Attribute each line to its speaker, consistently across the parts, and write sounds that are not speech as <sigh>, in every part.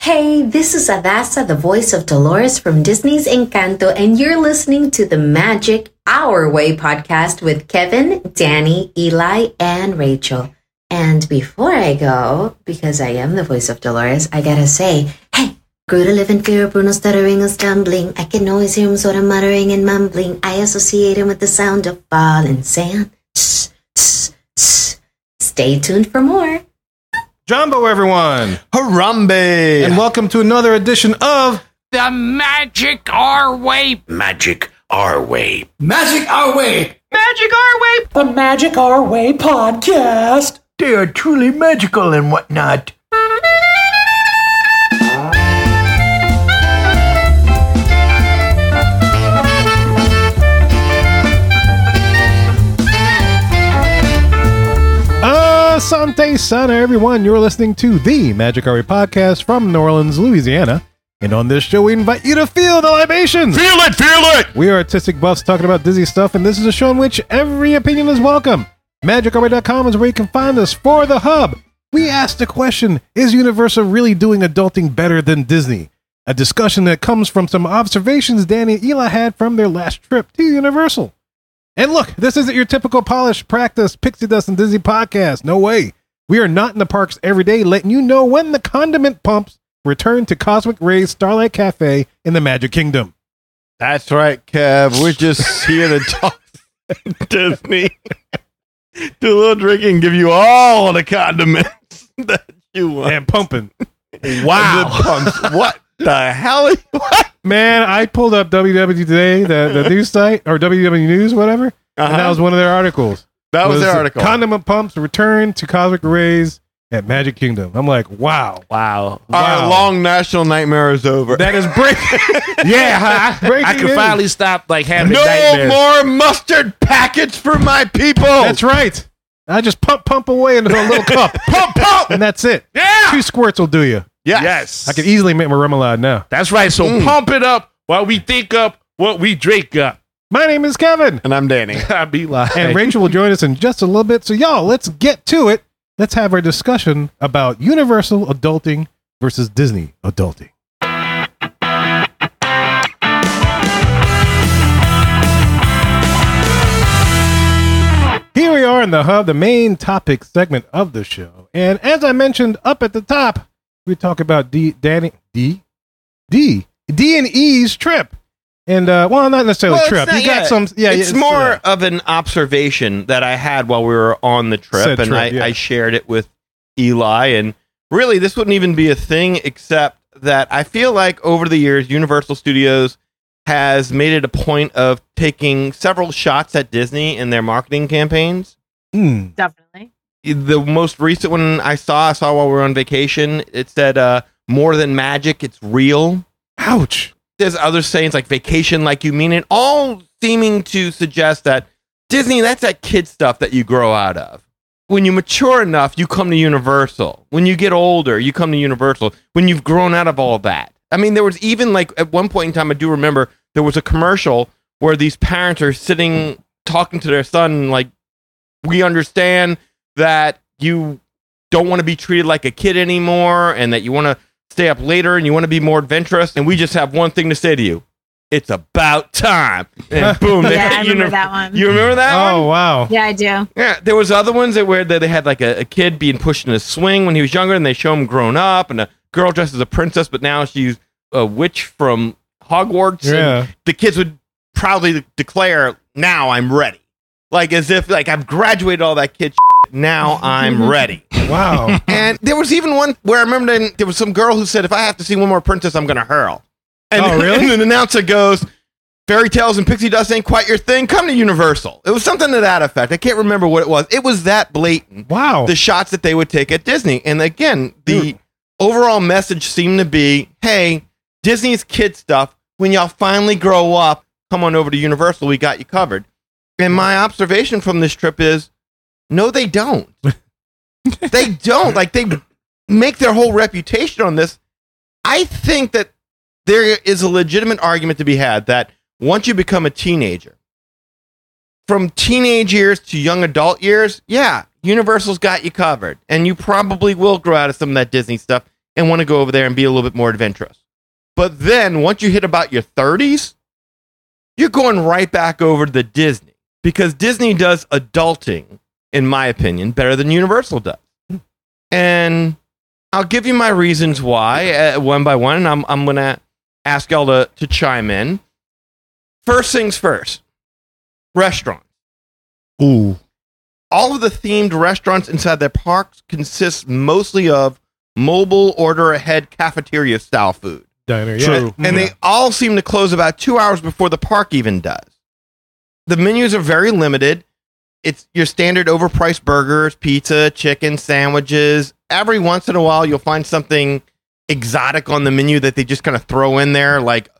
Speaker 1: Hey, this is Adasa, the voice of Dolores from Disney's Encanto, and you're listening to the Magic Our Way podcast with Kevin, Danny, Eli, and Rachel. And before I go, because I am the voice of Dolores, I gotta say, hey, grew to live in fear of Bruno stuttering and stumbling. I can always hear him sort of muttering and mumbling. I associate him with the sound of falling sand. Tss, tss, tss. Stay tuned for more.
Speaker 2: Jumbo, everyone,
Speaker 3: Harambe!
Speaker 2: and welcome to another edition of
Speaker 4: the magic our way
Speaker 5: Magic our way.
Speaker 6: Magic our way.
Speaker 4: magic our way
Speaker 6: The Magic Our Way podcast.
Speaker 5: They are truly magical and whatnot.
Speaker 2: Asante Sana, everyone. You're listening to the Magic Hour podcast from New Orleans, Louisiana. And on this show, we invite you to feel the libations.
Speaker 3: Feel it, feel it!
Speaker 2: We are artistic buffs talking about Disney stuff, and this is a show in which every opinion is welcome. MagicArmy.com is where you can find us for the hub. We asked the question Is Universal really doing adulting better than Disney? A discussion that comes from some observations Danny and Eli had from their last trip to Universal. And look, this isn't your typical polished practice pixie dust and Disney podcast. No way. We are not in the parks every day, letting you know when the condiment pumps return to Cosmic Rays Starlight Cafe in the Magic
Speaker 3: <laughs>
Speaker 2: Kingdom.
Speaker 3: That's right, Kev. We're just here to talk <laughs> Disney. Do a little drinking, give you all the condiments <laughs> that you want.
Speaker 2: And pumping.
Speaker 3: Wow. What the hell? Are you-
Speaker 2: Man, I pulled up WW today,
Speaker 3: <laughs>
Speaker 2: the, the news site or WW News, whatever, and that was one of their articles.
Speaker 3: Uh-huh. that was their article.
Speaker 2: Condiment pumps return to cosmic rays at Magic Kingdom. I'm like, wow,
Speaker 4: wow
Speaker 3: Our
Speaker 2: wow.
Speaker 3: long national nightmare is over.
Speaker 2: that is breaking.
Speaker 4: <laughs>
Speaker 2: yeah, huh? breaking
Speaker 4: i can
Speaker 2: news.
Speaker 4: finally stop like having
Speaker 3: no
Speaker 4: nightmares
Speaker 3: more mustard packets for my
Speaker 2: <laughs>
Speaker 3: people.
Speaker 2: That's right. I just pump pump away into a
Speaker 3: <laughs>
Speaker 2: little cup,
Speaker 3: pump,
Speaker 2: <laughs>
Speaker 3: pump.
Speaker 2: and that's it.
Speaker 4: yeah
Speaker 2: Two squirts will do you.
Speaker 3: Yes.
Speaker 2: I can easily make my remoulade now.
Speaker 4: that's right so
Speaker 3: Mm.
Speaker 4: pump it up while we think up what we drink up <laughs>
Speaker 2: My name is Kevin,
Speaker 3: and I'm Danny.
Speaker 4: i be like
Speaker 2: and Rachel will join us in just a little bit. So, y'all, let's get to it. Let's have our discussion about Universal adulting versus Disney adulting. Here we are in the hub, the main topic segment of the show. And as I mentioned up at the top, we talk about D Danny D D D and E's trip. And uh well not necessarily
Speaker 3: Well, it's
Speaker 2: trip.
Speaker 3: not-
Speaker 2: you got
Speaker 3: yeah,
Speaker 2: some yeah uh,
Speaker 3: it's, more of an observation that I had while we were on the trip,
Speaker 2: Said
Speaker 3: and
Speaker 2: trip,
Speaker 3: I,
Speaker 2: yeah.
Speaker 3: I shared it with Eli. And really, this wouldn't even be a thing except that I feel like over the years, Universal Studios has made it a point of taking several shots at Disney in their marketing campaigns.
Speaker 2: Mm.
Speaker 7: Definitely.
Speaker 3: The most recent one I saw, I saw while we were on vacation. It said, uh, "More than magic, it's real."
Speaker 2: Ouch.
Speaker 3: there's other sayings like vacation like you mean it, all seeming to suggest that Disney, that's that kid stuff that you grow out of. When you mature enough, you come to Universal. When you get older, you come to Universal. When you've grown out of all that. I mean, there was even like at one point in time, I do remember there was a commercial where these parents are sitting talking to their son, like, we understand that you don't want to be treated like a kid anymore and that you want to stay up later and you want to be more adventurous and we just have one thing to say to you it's about time
Speaker 7: <laughs>
Speaker 3: and <laughs> boom they
Speaker 7: Yeah,
Speaker 3: hit
Speaker 7: I remember
Speaker 3: uni-
Speaker 7: that one.
Speaker 3: you remember that one?
Speaker 2: Oh wow.
Speaker 7: yeah, I do.
Speaker 3: yeah there was other ones that where they they had like a, a kid being pushed in a swing when he was younger and they show him grown up and a girl dressed as a princess but now she's a witch from hogwarts and
Speaker 2: Yeah.
Speaker 3: the kids would proudly declare now i'm ready like as if like i've graduated all that kid shit, now
Speaker 2: <laughs>
Speaker 3: i'm ready <laughs>
Speaker 2: Wow.
Speaker 3: and there was even one where I remember then there was some girl who said, "If I have to see one more princess, I'm going to hurl." And,
Speaker 2: Oh, really?
Speaker 3: <laughs> and the announcer goes, "Fairy tales and pixie dust ain't quite your thing. Come to Universal." It was something to that effect. I can't remember what it was. It was that blatant.
Speaker 2: wow.
Speaker 3: The shots that they would take at Disney, and again, the overall message seemed to be, "Hey, Disney's kid stuff. When y'all finally grow up, come on over to Universal. We got you covered." And my observation from this trip is, no, they don't. they don't. Like they make their whole reputation on this. I think that there is a legitimate argument to be had that once you become a teenager, from teenage years to young adult years, yeah, Universal's got you covered. And you probably will grow out of some of that Disney stuff and want to go over there and be a little bit more adventurous. But then once you hit about your 30s, you're going right back over to the Disney because Disney does adulting, in my opinion, better than Universal does. And I'll give you my reasons why uh, one by one, and I'm, I'm going to ask y'all to, to chime in. First things first restaurants.
Speaker 2: Ooh.
Speaker 3: All of the themed restaurants inside their parks consist mostly of mobile order ahead cafeteria style food.
Speaker 2: <laughs> Diner. Yeah.
Speaker 3: And- And they all seem to close about two hours before the park even does. The menus are very limited. It's your standard overpriced burgers, pizza, chicken, sandwiches. Every once in a while, you'll find something exotic on the menu that they just kind of throw in there, like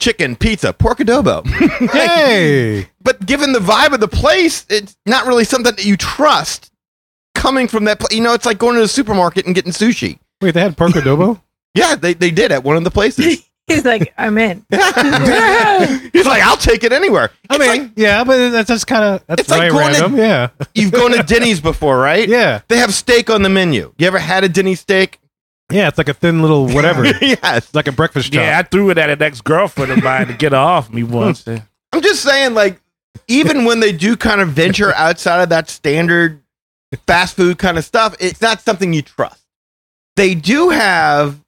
Speaker 3: chicken, pizza, pork adobo. Like,
Speaker 2: Hey.
Speaker 3: <laughs> but given the vibe of the place, it's not really something that you trust coming from that place. You know, it's like going to the supermarket and getting sushi.
Speaker 2: Wait, they had pork adobo?
Speaker 3: Yeah, they, they did at one of
Speaker 2: <laughs>
Speaker 3: the places. <laughs>
Speaker 7: He's like, I'm in.
Speaker 3: He's like, I'll take it anywhere.
Speaker 2: I
Speaker 3: It's
Speaker 2: mean, yeah, but that's just kind of that's
Speaker 3: It's like
Speaker 2: very
Speaker 3: going to-
Speaker 2: random. yeah.
Speaker 3: like, you've
Speaker 2: <laughs>
Speaker 3: gone to Denny's before, right?
Speaker 2: Yeah.
Speaker 3: They have steak on the menu. You ever had a Denny's steak? <laughs>
Speaker 2: Yeah, it's like a thin little whatever. It's
Speaker 3: yes.
Speaker 2: like a breakfast chop.
Speaker 4: Yeah, I threw it at an ex girlfriend of mine to get her off me once.
Speaker 3: I'm just saying, like, even when they do kind of venture outside of that standard fast food kind of stuff, it's not something you trust. They do have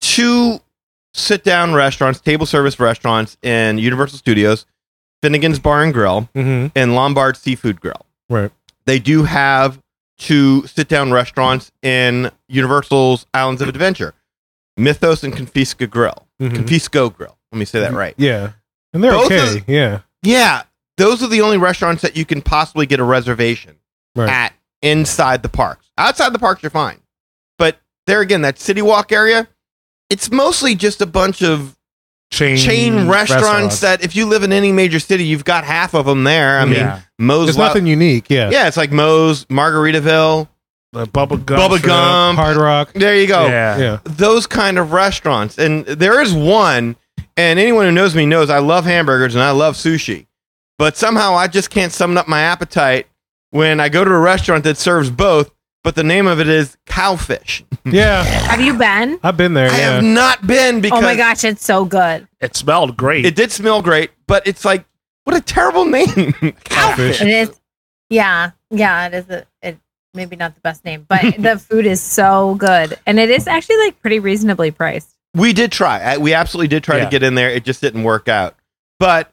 Speaker 3: two sit down restaurants, table service restaurants in Universal Studios, Finnegan's Bar and Grill,
Speaker 2: Mm-hmm.
Speaker 3: and Lombard Seafood Grill.
Speaker 2: Right.
Speaker 3: They do have two sit down restaurants in Universal's Islands of Adventure Mythos and Confisca Grill.
Speaker 2: Mhm.
Speaker 3: Confisco Grill. Let me say that right.
Speaker 2: Yeah. And they're
Speaker 3: Both of-
Speaker 2: okay. yeah.
Speaker 3: Yeah, those are the only restaurants that you can possibly get a reservation
Speaker 2: Right.
Speaker 3: at inside the parks. Outside the parks, you're fine. But there again, that City Walk area, it's mostly just a bunch of
Speaker 4: Chain,
Speaker 3: chain restaurants, that if you live in any major city, you've got half of them there. I mean,
Speaker 4: Yeah.
Speaker 3: Moe's.
Speaker 2: There's
Speaker 3: Lo-
Speaker 2: nothing unique. Yeah.
Speaker 3: yeah, it's like Moe's, Margaritaville,
Speaker 4: Uh, Bubba Gum.
Speaker 3: Bubba Gum.
Speaker 2: Hard Rock.
Speaker 3: There you go.
Speaker 4: Yeah.
Speaker 2: Yeah.
Speaker 3: Those kind of restaurants. And there is one, and anyone who knows me knows I love hamburgers and I love sushi. But somehow I just can't summon up my appetite when I go to a restaurant that serves both, but the name of it is Cowfish.
Speaker 2: Yeah.
Speaker 7: Have you been?
Speaker 2: I've been there.
Speaker 3: I have
Speaker 2: Yeah.
Speaker 3: not been because
Speaker 7: Oh my gosh, it's so good.
Speaker 4: It smelled great.
Speaker 3: it did smell great, but it's like, what a terrible name.
Speaker 7: It is. Yeah, yeah, it is. A, it maybe not the best name, but the food is so good, and it is actually like pretty reasonably priced.
Speaker 3: we did try. I- We absolutely did try
Speaker 4: Yeah.
Speaker 3: to get in there. It just didn't work out. But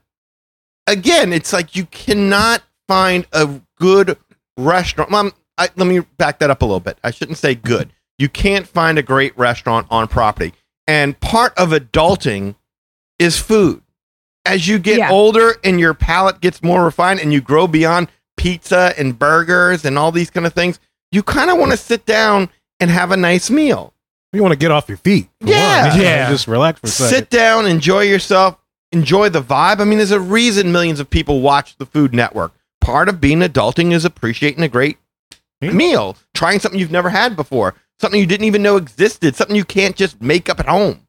Speaker 3: again, it's like you cannot find a good restaurant. Mom, I, let me back that up a little bit. I shouldn't say good. You can't find a great restaurant on property. And part of adulting is food. As you get
Speaker 7: Yeah.
Speaker 3: older and your palate gets more refined and you grow beyond pizza and burgers and all these kind of things, you kind of want to sit down and have a nice meal.
Speaker 2: You want to get off your feet. for
Speaker 3: Yeah.
Speaker 2: one.
Speaker 4: Yeah.
Speaker 2: Just relax for a second.
Speaker 3: sit down, enjoy yourself, enjoy the vibe. I mean, there's a reason millions of people watch the Food Network. Part of being adulting is appreciating a great meal, trying something you've never had before, something you didn't even know existed, something you can't just make up at home.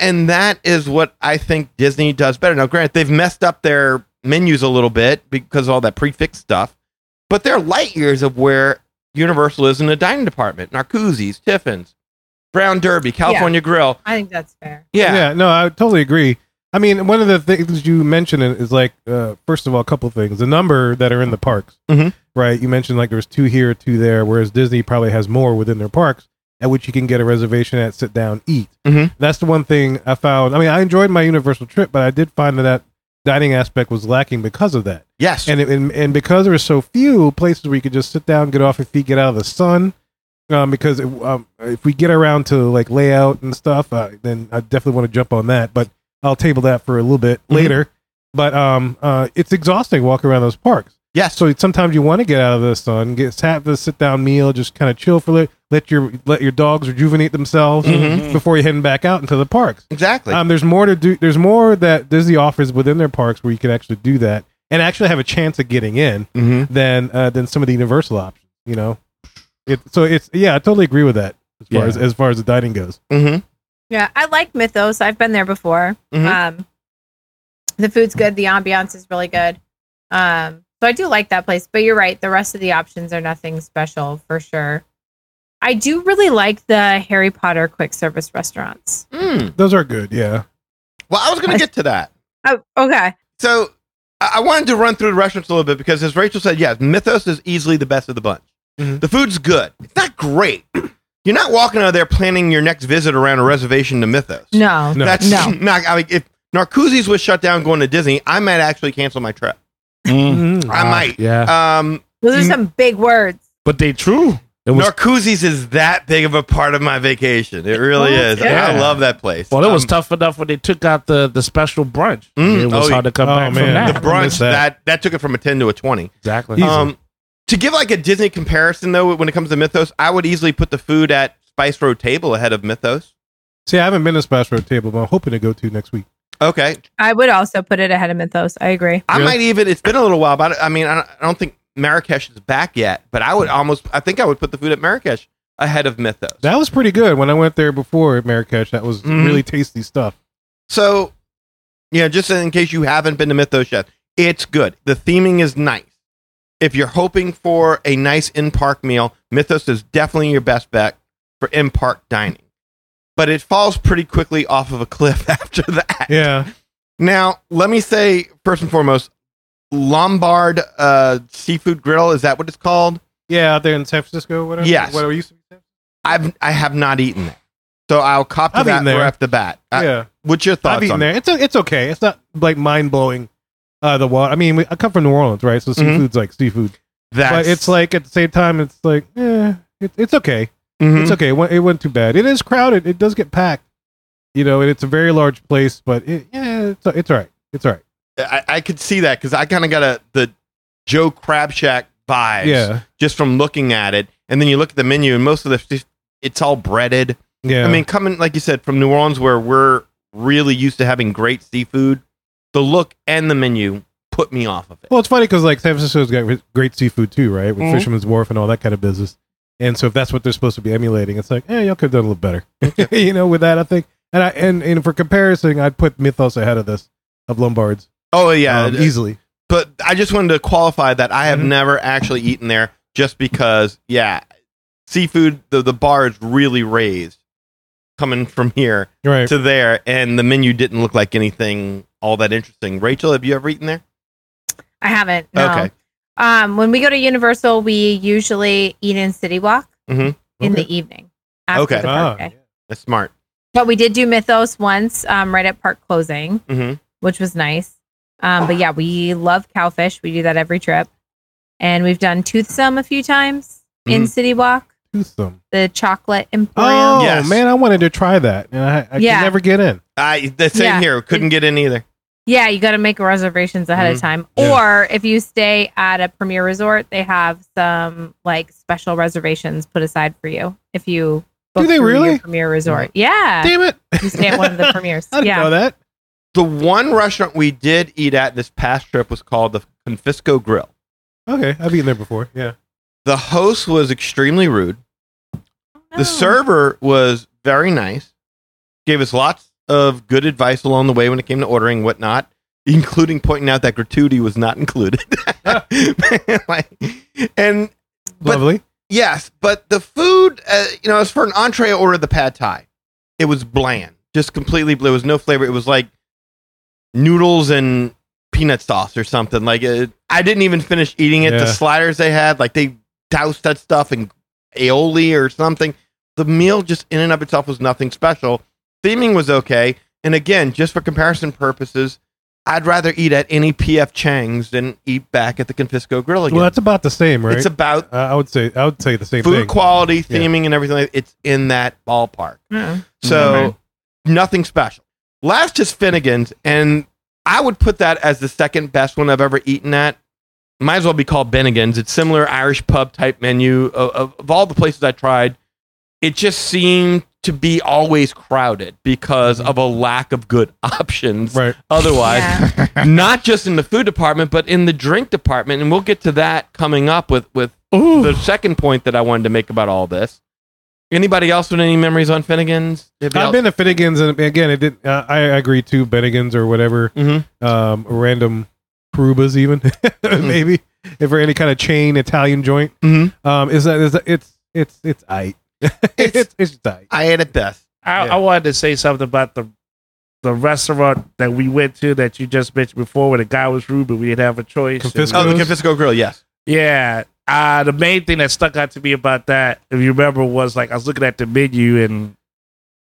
Speaker 3: And that is what I think Disney does better. Now, granted, they've messed up their menus a little bit because of all that prefix stuff, but they're light years of where Universal is in the dining department. Narcoozies, Tiffins, Brown Derby, California Grill.
Speaker 7: I think that's fair.
Speaker 3: Yeah.
Speaker 2: yeah. no, I totally agree. I mean, one of the things you mentioned is like, uh, first of all, a couple things. The number that are in the parks,
Speaker 3: Mhm.
Speaker 2: right? You mentioned like there was two here, two there, whereas Disney probably has more within their parks at which you can get a reservation at, sit down, eat.
Speaker 3: Mhm.
Speaker 2: That's the one thing I found. I mean, I enjoyed my Universal trip, but I did find that that dining aspect was lacking because of that.
Speaker 3: Yes.
Speaker 2: And, it, and and because there were so few places where you could just sit down, get off your feet, get out of the sun. Um, because it, um, if we get around to like layout and stuff, uh, then I definitely want to jump on that. But I'll table that for a little bit
Speaker 3: Mhm.
Speaker 2: later. But um, uh, it's exhausting walking around those parks.
Speaker 3: Yes.
Speaker 2: So sometimes you want to get out of the sun, get have the sit down meal, just kind of chill for a little, let your let your dogs rejuvenate themselves
Speaker 3: Mhm.
Speaker 2: before you're heading back out into the parks.
Speaker 3: Exactly.
Speaker 2: Um, there's more to do. There's more that Disney offers within their parks where you can actually do that and actually have a chance of getting in
Speaker 3: mm-hmm.
Speaker 2: than uh, than some of the Universal options. You know, it, so it's yeah, I totally agree with that as far
Speaker 4: Yeah.
Speaker 2: as as far as the dining goes.
Speaker 3: Mm-hmm.
Speaker 7: Yeah, I like Mythos. I've been there before.
Speaker 3: Mhm.
Speaker 7: Um, the food's good. The ambiance is really good. Um, so I do like that place. But you're right. The rest of the options are nothing special for sure. I I do really like the Harry Potter quick service restaurants.
Speaker 3: Mm.
Speaker 2: Those are good. Yeah.
Speaker 3: Well, I was going to get to that.
Speaker 7: Oh, okay.
Speaker 3: So I I wanted to run through the restaurants a little bit because, as Rachel said, yes, Mythos is easily the best of the bunch.
Speaker 4: Mhm.
Speaker 3: The food's good. It's not great. You're not walking out of there planning your next visit around a reservation to Mythos.
Speaker 7: No.
Speaker 2: No.
Speaker 3: That's
Speaker 7: No.
Speaker 3: <laughs> not. I mean, if Narcoozies was shut down going to Disney, I might actually cancel my trip.
Speaker 4: Mm.
Speaker 2: Mm.
Speaker 3: Hmm.
Speaker 2: Mm-hmm.
Speaker 3: I might.
Speaker 4: Yeah.
Speaker 3: Um,
Speaker 7: Those are some big words.
Speaker 4: But they true. It was
Speaker 3: Narcoozies is that big of a part of my vacation. It really
Speaker 7: Oh,
Speaker 3: is.
Speaker 4: yeah.
Speaker 3: I love that place.
Speaker 4: well, it was
Speaker 3: Um,
Speaker 4: tough enough when they took out the, the special brunch.
Speaker 3: Mm.
Speaker 4: it was
Speaker 3: Oh,
Speaker 4: hard to come
Speaker 2: oh,
Speaker 4: back
Speaker 2: man.
Speaker 4: from that.
Speaker 3: the
Speaker 2: I
Speaker 3: brunch
Speaker 2: miss that.
Speaker 3: that that took it from a ten to a twenty.
Speaker 4: exactly.
Speaker 2: Easy.
Speaker 3: Um, to give like a Disney comparison though, when it comes to Mythos, I would easily put the food at Spice Road Table ahead of Mythos.
Speaker 2: See, I haven't been to Splash Road Table, but I'm hoping to go to next week.
Speaker 3: Okay,
Speaker 7: I would also put it ahead of Mythos. I agree.
Speaker 3: I
Speaker 2: Yeah.
Speaker 3: might even. It's been a little while, but I, I mean, I don't, I don't think Marrakesh is back yet. But I would almost. I think I would put the food at Marrakesh ahead of Mythos.
Speaker 2: That was pretty good when I went there before at Marrakesh. That was
Speaker 3: Mhm.
Speaker 2: really tasty stuff.
Speaker 3: So, you know, just in case you haven't been to Mythos yet, it's good. The theming is nice. If you're hoping for a nice in park meal, Mythos is definitely your best bet for in park dining. But it falls pretty quickly off of a cliff <laughs> after that.
Speaker 2: Yeah.
Speaker 3: Now, let me say first and foremost, Lombard uh, Seafood Grill is that what it's called?
Speaker 2: Yeah, out there in San Francisco, whatever.
Speaker 3: Yes.
Speaker 2: Whatever used to be.
Speaker 3: I've I have not eaten there, so I'll cop to
Speaker 2: I've
Speaker 3: that
Speaker 2: eaten there.
Speaker 3: right off the bat. Uh,
Speaker 2: yeah.
Speaker 3: What's your thoughts
Speaker 2: I've eaten
Speaker 3: on
Speaker 2: there. It's, o- it's okay. It's not like mind blowing. Uh, the water. I mean, we, I come from New Orleans, right? So
Speaker 3: Mhm.
Speaker 2: seafood's like seafood,
Speaker 3: that?
Speaker 2: but it's like at the same time, it's like, eh, it, it's okay.
Speaker 3: Mhm.
Speaker 2: It's okay. It went, it wasn't too bad. It is crowded. It does get packed. You know, and it's a very large place, but it, yeah, it's, it's all right. It's all right.
Speaker 3: I, I could see that because I kind of got a the Joe Crab Shack vibes
Speaker 2: Yeah.
Speaker 3: just from looking at it, and then you look at the menu, and most of the it's all breaded.
Speaker 2: Yeah.
Speaker 3: I mean, coming like you said from New Orleans, where we're really used to having great seafood, the look and the menu put me off of it.
Speaker 2: well, it's funny because like San Francisco's got re- great seafood too, right? With
Speaker 3: Mhm.
Speaker 2: Fisherman's Wharf and all that kind of business. And so if that's what they're supposed to be emulating, it's like, eh, y'all could have done a little better. <laughs> you know, with that, I think. And I and, and for comparison, I'd put Mythos ahead of this of Lombards.
Speaker 3: Oh yeah,
Speaker 2: um, Mm-hmm.
Speaker 3: it-
Speaker 2: easily.
Speaker 3: but I just wanted to qualify that I have never actually eaten there, just because yeah, seafood the the bar is really raised coming from here
Speaker 2: Right.
Speaker 3: to there, and the menu didn't look like anything all that interesting. Rachel, have you ever eaten there?
Speaker 7: I haven't. No.
Speaker 3: Okay.
Speaker 7: Um, when we go to Universal, we usually eat in City Walk
Speaker 3: Mhm.
Speaker 7: in
Speaker 2: Okay.
Speaker 7: the evening. After
Speaker 3: Okay.
Speaker 7: The
Speaker 2: Ah,
Speaker 7: park day.
Speaker 3: That's smart.
Speaker 7: But we did do Mythos once, um, right at park closing,
Speaker 3: hmm
Speaker 7: which was nice. Um, but yeah, we love cowfish. We do that every trip, and we've done toothsome a few times in City Walk,
Speaker 2: Toothsome.
Speaker 7: the chocolate emporium.
Speaker 2: Mm-hmm. Oh
Speaker 3: Yes.
Speaker 2: man, I wanted to try that, and I, I
Speaker 7: Yeah.
Speaker 2: could never get in.
Speaker 3: I the same
Speaker 7: Yeah.
Speaker 3: here. Couldn't get in either.
Speaker 7: Yeah, you got to make reservations ahead of time.
Speaker 2: Mm-hmm. Yeah.
Speaker 7: Or if you stay at a premier resort, they have some like special reservations put aside for you if you
Speaker 2: Do
Speaker 7: book
Speaker 2: they
Speaker 7: through your
Speaker 2: really? Mm-hmm.
Speaker 7: premier resort. Yeah,
Speaker 2: Damn it!
Speaker 7: you stay at
Speaker 2: <laughs>
Speaker 7: one of the premiers.
Speaker 2: I didn't know
Speaker 7: yeah,
Speaker 2: that.
Speaker 3: The one restaurant we did eat at this past trip was called the Confisco Grill.
Speaker 2: Okay, I've eaten there before. Yeah.
Speaker 3: The host was extremely rude.
Speaker 7: Oh.
Speaker 3: The server was very nice. Gave us lots of good advice along the way when it came to ordering and whatnot, including pointing out that gratuity was not included. <laughs> Like, and But-
Speaker 2: Lovely.
Speaker 3: Yes, but the food, uh, you know, as for an entree, I ordered the pad thai. It was bland, just completely. There was no flavor. It was like noodles and peanut sauce or something. Like it, I didn't even finish eating it. The
Speaker 2: Yeah.
Speaker 3: sliders they had, like they doused that stuff in aioli or something. The meal just in and of itself was nothing special. Theming was okay, and again, just for comparison purposes, I'd rather eat at any PF Chang's than eat back at the Confisco Grill again.
Speaker 2: Well, that's about the same, right?
Speaker 3: It's about
Speaker 2: Uh, I would say I would say the same
Speaker 3: food
Speaker 2: thing.
Speaker 3: quality,
Speaker 2: Yeah.
Speaker 3: theming, and everything. like- It's in that ballpark.
Speaker 7: Mm.
Speaker 3: So nothing special. Last is Finnegan's, and I would put that as the second best one I've ever eaten at. Might as well be called Bennigan's. It's similar Irish pub type menu of, of, of all the places I tried. It just seemed to be always crowded because of a lack of good <laughs> options.
Speaker 2: Mm-hmm. right?
Speaker 3: Otherwise,
Speaker 7: Yeah.
Speaker 3: <laughs> not just in the food department, but in the drink department, and we'll get to that coming up with with the second point that I wanted to make about all this. Anybody else with any memories on Finnegan's? Have y'all-
Speaker 2: I've been to Finnegan's, and again, it didn't. Uh, I agree too. Bennigan's or whatever,
Speaker 3: Mhm.
Speaker 2: um, random Carubas, even <laughs>
Speaker 3: Mm-hmm.
Speaker 2: maybe if or any kind of chain Italian joint.
Speaker 3: Mhm.
Speaker 2: <laughs> Um, is that is that, it's it's it's I. it's, it's tight.
Speaker 3: I had it best.
Speaker 4: I,
Speaker 2: Yeah.
Speaker 4: I wanted to say something about the the restaurant that we went to that you just mentioned before, where the guy was rude, but we didn't have a choice.
Speaker 2: Confisco?
Speaker 4: And-
Speaker 3: Oh, the Confisco Grill, yes.
Speaker 4: yeah. Uh, the main thing that stuck out to me about that, if you remember, was like I was looking at the menu and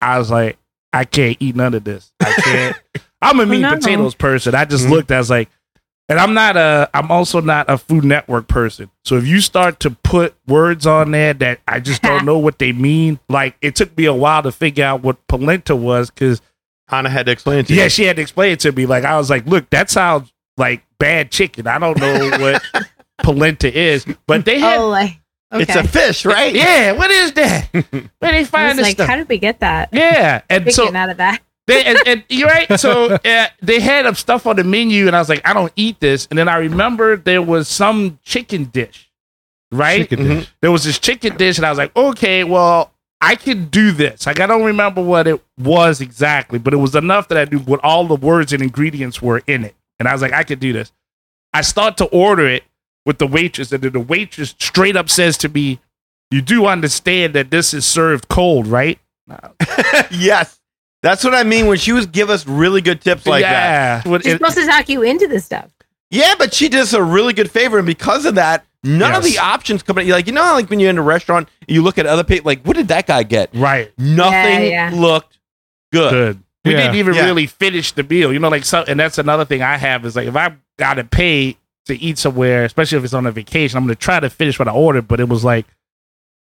Speaker 4: I was like, I can't eat none of this. I can't. I'm a meat
Speaker 7: no,
Speaker 4: and
Speaker 7: no.
Speaker 4: potatoes person. I just
Speaker 3: Mhm.
Speaker 4: looked. I was like, and I'm not a. I'm also not a Food Network person. So if you start to put words on there that I just don't know what they mean, like it took me a while to figure out what polenta was because
Speaker 3: Hannah had to explain it to
Speaker 4: yeah,
Speaker 3: you.
Speaker 4: she had to explain it to me. Like I was like, look, that sounds like bad chicken. I don't know what polenta is, but they had.
Speaker 7: <laughs> Oh, like okay.
Speaker 3: It's a fish, right?
Speaker 4: <laughs> Yeah, what is that? Where they
Speaker 7: I
Speaker 4: find
Speaker 7: was
Speaker 4: this
Speaker 7: like,
Speaker 4: stuff?
Speaker 7: how did we get that?
Speaker 4: yeah, and
Speaker 7: We're
Speaker 4: so
Speaker 7: getting out
Speaker 4: <laughs>
Speaker 7: of that.
Speaker 4: they, and, and you're right. So uh, they had up stuff on the menu, and I was like, I don't eat this. And then I remember there was some chicken dish, right? Mm-hmm.
Speaker 2: Chicken
Speaker 3: Mhm.
Speaker 2: dish.
Speaker 4: There was this chicken dish, and I was like, okay, well, I can do this. Like I don't remember what it was exactly, but it was enough that I knew what all the words and ingredients were in it, and I was like, I could do this. I start to order it with the waitress, and then the waitress straight up says to me, "You do understand that this is served cold, right?"
Speaker 3: yes. That's what I mean when she was give us really good tips like that.
Speaker 4: yeah. What-
Speaker 7: She's
Speaker 4: it-
Speaker 7: supposed to talk you into this stuff.
Speaker 3: Yeah, but she did us a really good favor, and because of that, none of
Speaker 4: Yes.
Speaker 3: the options come. in- Like you know, how, like when you're in a restaurant, you look at other people. Like, what did that guy get?
Speaker 4: right.
Speaker 3: Nothing
Speaker 7: yeah.
Speaker 3: looked good.
Speaker 4: good. We
Speaker 2: Yeah.
Speaker 4: didn't even
Speaker 3: Yeah.
Speaker 4: really finish the meal, you know. Like, so, and that's another thing I have is like, if I gotta pay to eat somewhere, especially if it's on a vacation, I'm gonna try to finish what I ordered. But it was like,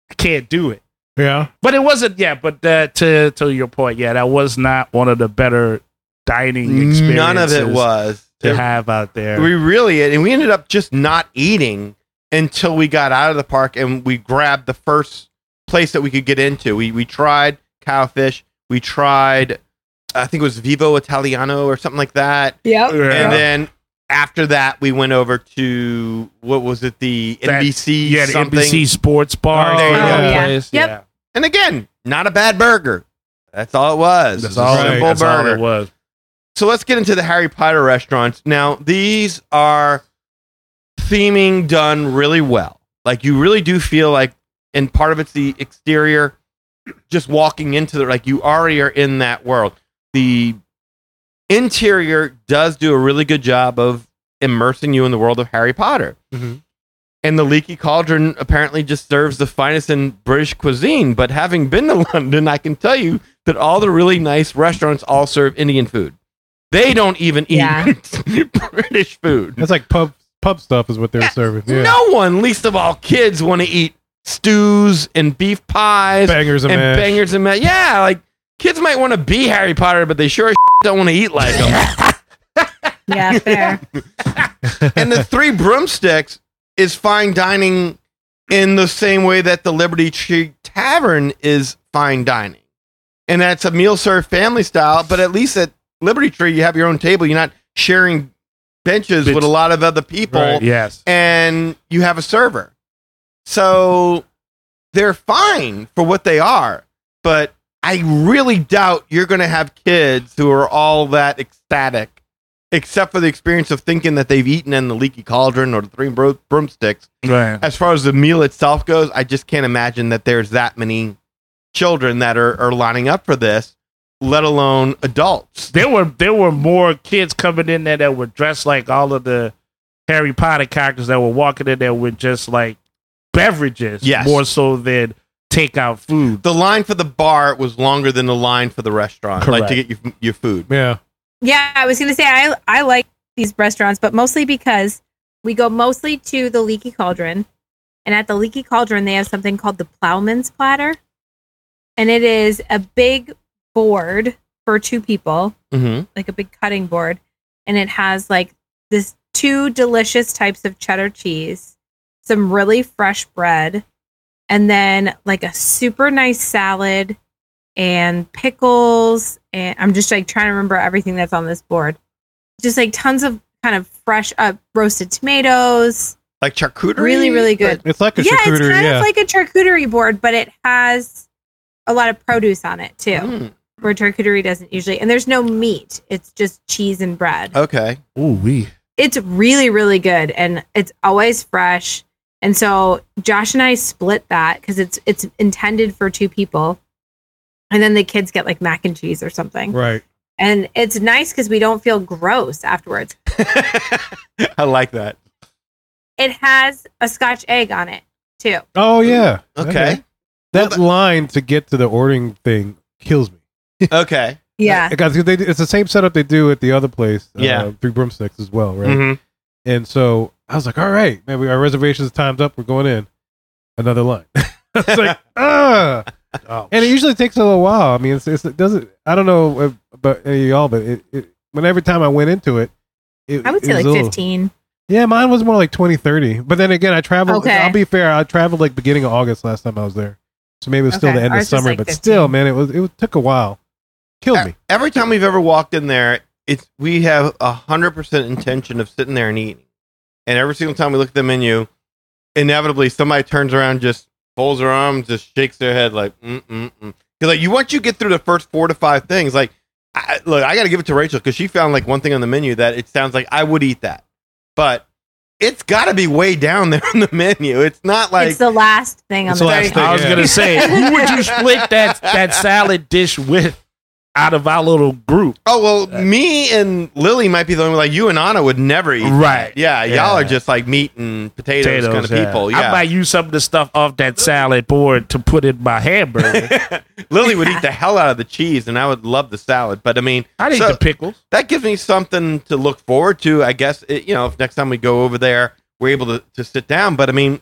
Speaker 4: I can't do it.
Speaker 2: Yeah.
Speaker 4: But it wasn't. Yeah. But uh, to to your point, yeah, that was not one of the better dining experiences.
Speaker 3: None of it was.
Speaker 4: to have out there.
Speaker 3: We really and we ended up just not eating until we got out of the park and we grabbed the first place that we could get into. We we tried cowfish. We tried, I think it was Vivo Italiano or something like that.
Speaker 7: Yep.
Speaker 3: And
Speaker 4: Yeah.
Speaker 3: then after that, we went over to what was it? The
Speaker 4: That-
Speaker 3: NBC
Speaker 4: yeah, the
Speaker 3: something.
Speaker 4: NBC Sports Bar.
Speaker 2: Oh, there you
Speaker 7: go. Oh, yeah.
Speaker 4: Place.
Speaker 7: Yep.
Speaker 4: Yeah.
Speaker 3: And again, not a bad burger. That's all it was.
Speaker 4: That's
Speaker 3: It was a
Speaker 4: all.
Speaker 2: Right.
Speaker 3: simple
Speaker 4: That's all
Speaker 3: burger.
Speaker 4: it was.
Speaker 3: So let's get into the Harry Potter restaurants. Now, these are theming done really well. Like you really do feel like and part of it's the exterior just walking into the like you already are in that world. The interior does do a really good job of immersing you in the world of Harry Potter.
Speaker 4: Mhm.
Speaker 3: And the Leaky Cauldron apparently just serves the finest in British cuisine. But having been to <laughs> London, I can tell you that all the really nice restaurants all serve Indian food. They don't even eat
Speaker 7: Yeah.
Speaker 3: <laughs> British food.
Speaker 2: That's like pub pub stuff is what they're serving. Yeah.
Speaker 3: No one, least of all kids, want to eat stews and beef pies
Speaker 2: Bangers and,
Speaker 3: and
Speaker 2: mash.
Speaker 3: bangers and mash. Yeah, like kids might want to be Harry Potter, but they sure as don't want to eat like him.
Speaker 7: Yeah, <laughs> fair.
Speaker 3: <laughs> and the Three Broomsticks is fine dining in the same way that the Liberty Tree Tavern is fine dining. And that's a meal served family style, but at least at Liberty Tree, you have your own table. You're not sharing benches with a lot of other people.
Speaker 2: Right.
Speaker 4: Yes.
Speaker 3: and you have a server. So they're fine for what they are, but I really doubt you're going to have kids who are all that ecstatic, except for the experience of thinking that they've eaten in the leaky cauldron or the three bro- broomsticks.
Speaker 4: Right.
Speaker 3: As far as the meal itself goes, I just can't imagine that there's that many children that are, are lining up for this, let alone adults.
Speaker 4: there were there were more kids coming in there that were dressed like all of the Harry Potter characters that were walking in there with just like beverages,
Speaker 3: Yes.
Speaker 4: more so than takeout food.
Speaker 3: The line for the bar was longer than the line for the restaurant, like to get your, your food.
Speaker 2: Yeah.
Speaker 7: yeah, I was gonna say I I like these restaurants, but mostly because we go mostly to the Leaky Cauldron, and at the Leaky Cauldron they have something called the Plowman's Platter, and it is a big board for two people,
Speaker 3: Mm-hmm.
Speaker 7: like a big cutting board, and it has like this two delicious types of cheddar cheese, some really fresh bread, and then like a super nice salad and pickles and I'm just like trying to remember everything that's on this board. Just like tons of kind of fresh up roasted tomatoes.
Speaker 3: like charcuterie.
Speaker 7: Really, really good.
Speaker 2: It's like a
Speaker 7: yeah, it's
Speaker 2: charcuterie.
Speaker 7: kind
Speaker 2: yeah.
Speaker 7: of like a charcuterie board, but it has a lot of produce on it too.
Speaker 3: Mm,
Speaker 7: Where charcuterie doesn't usually and there's no meat. It's just cheese and bread.
Speaker 3: okay.
Speaker 4: Ooh wee.
Speaker 7: it's really really good and it's always fresh And so Josh and I split that because it's it's intended for two people. And then the kids get like mac and cheese or something.
Speaker 2: Right.
Speaker 7: And it's nice because we don't feel gross afterwards.
Speaker 3: I like that.
Speaker 7: It has a scotch egg on it too.
Speaker 2: Oh yeah.
Speaker 3: Okay.
Speaker 2: That line to get to the ordering thing kills me.
Speaker 3: Okay.
Speaker 7: Yeah.
Speaker 2: Because they, it's the same setup they do at the other place.
Speaker 3: Yeah.
Speaker 2: Uh, Three broomsticks as well, right?
Speaker 3: Mhm.
Speaker 2: And so I was like, all right, man, we, our reservations time's up. We're going in. Another line. <laughs> it's like, ah. And it usually takes a little while. I mean, it's, it's, it doesn't, I don't know if- about any of y'all, but it, it, when every time I went into it, it
Speaker 7: I would
Speaker 2: it
Speaker 7: say
Speaker 2: was
Speaker 7: like
Speaker 2: a little-
Speaker 7: 15.
Speaker 2: Yeah, mine was more like 20, 30. But then again, I traveled.
Speaker 7: Okay.
Speaker 2: I'll be fair. I traveled like beginning of August last time I was there. So maybe it was still
Speaker 7: Okay,
Speaker 2: the end of
Speaker 7: ours was,
Speaker 2: summer.
Speaker 7: like,
Speaker 2: but
Speaker 7: 15.
Speaker 2: still, man, it was it was- took a while. Killed me.
Speaker 3: E- Every time we've ever walked in there, it's we have a hundred percent intention of sitting there and eating. And every single time we look at the menu, inevitably somebody turns around, just folds their arms, just shakes their head like, mm mm mm. Because like you once you get through the first four to five things, like I, look, I got to give it to Rachel because she found like one thing on the menu that it sounds like I would eat that, but it's got to be way down <laughs> there on the menu. It's not like
Speaker 7: it's the last thing on
Speaker 2: It's
Speaker 7: the,
Speaker 2: the last
Speaker 7: menu.
Speaker 2: thing.
Speaker 4: I was
Speaker 2: Yeah.
Speaker 3: <laughs>
Speaker 4: gonna say, who would you split that that salad dish with out of our little group?
Speaker 3: Oh well, me and Lily might be the only like you and Anna would never eat.
Speaker 4: Right.
Speaker 3: Yeah, y'all
Speaker 4: Yeah.
Speaker 3: are just like meat and potatoes, kind of
Speaker 4: yeah.
Speaker 3: people.
Speaker 4: I
Speaker 3: Yeah,
Speaker 4: might use some of the stuff off that salad board to put in
Speaker 3: <laughs>
Speaker 4: my hamburger.
Speaker 3: Lily would eat the hell out of the cheese, and I would love the salad. But I mean,
Speaker 4: I need
Speaker 3: So-
Speaker 4: the pickles.
Speaker 3: that gives me something to look forward to. I guess it, you know, if next time we go over there, we're able to, to sit down. But I mean,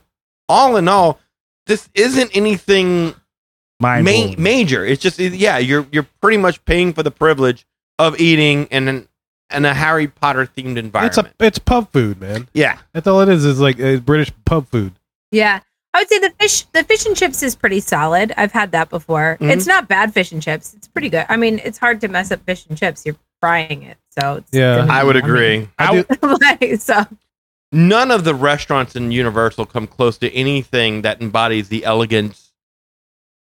Speaker 3: all in all, this isn't anything
Speaker 4: Mine.
Speaker 3: ma- major. It's just yeah, you're you're pretty much paying for the privilege of eating in an in a Harry Potter themed environment.
Speaker 2: It's a it's pub food, man.
Speaker 3: yeah.
Speaker 2: That's all it is. Is like uh, British pub food.
Speaker 7: Yeah. I would say the fish the fish and chips is pretty solid. I've had that before.
Speaker 2: Mm-hmm.
Speaker 3: Mhm.
Speaker 7: It's not bad fish and chips. It's pretty good. I mean, it's hard to mess up fish and chips. You're frying it. So it's
Speaker 2: Yeah.
Speaker 7: gonna
Speaker 3: I would
Speaker 7: be- <laughs>
Speaker 3: agree.
Speaker 4: I do-
Speaker 7: like, so
Speaker 3: none of the restaurants in Universal come close to anything that embodies the elegance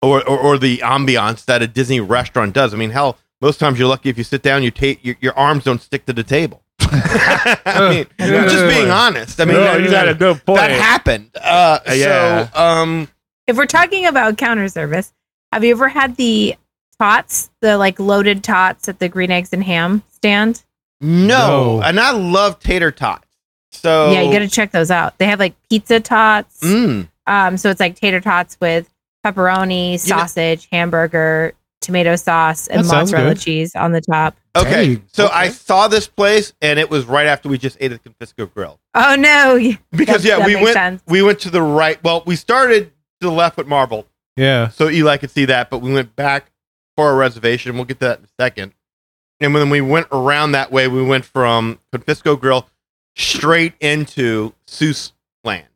Speaker 3: or, or, or the ambiance that a Disney restaurant does. I mean, hell, most times you're lucky if you sit down, you take your, your arms don't stick to the table. <laughs>
Speaker 4: <laughs>
Speaker 3: I mean,
Speaker 2: Yeah.
Speaker 3: just being honest. I mean,
Speaker 4: No,
Speaker 3: that,
Speaker 4: you
Speaker 3: that-
Speaker 4: got a good point.
Speaker 3: that happened. Uh,
Speaker 4: Yeah.
Speaker 3: So, um,
Speaker 7: if we're talking about counter service, have you ever had the tots, the like loaded tots at the green eggs and ham stand?
Speaker 3: no.
Speaker 2: No.
Speaker 3: and I love tater tots. So
Speaker 7: Yeah, you gotta check those out. They have like pizza tots.
Speaker 3: Oh. Mm,
Speaker 7: Um, so it's like tater tots with
Speaker 3: You
Speaker 7: pepperoni,
Speaker 3: know-
Speaker 7: sausage, hamburger, tomato sauce, and
Speaker 2: That sounds
Speaker 7: mozzarella
Speaker 2: good.
Speaker 7: cheese on the top.
Speaker 3: okay.
Speaker 2: Hey,
Speaker 3: so
Speaker 2: okay.
Speaker 3: I saw this place, and it was right after we just ate at the Confisco Grill.
Speaker 7: Oh no! Yeah,
Speaker 3: Because
Speaker 7: that-
Speaker 3: yeah,
Speaker 7: that
Speaker 3: we
Speaker 7: makes
Speaker 3: went
Speaker 7: sense.
Speaker 3: we went to the right. Well, we started to the left with Marvel,
Speaker 2: Yeah.
Speaker 3: so Eli could see that, but we went back for a reservation. We'll get to that in a second. And when we went around that way, we went from Confisco Grill straight into Seuss Land,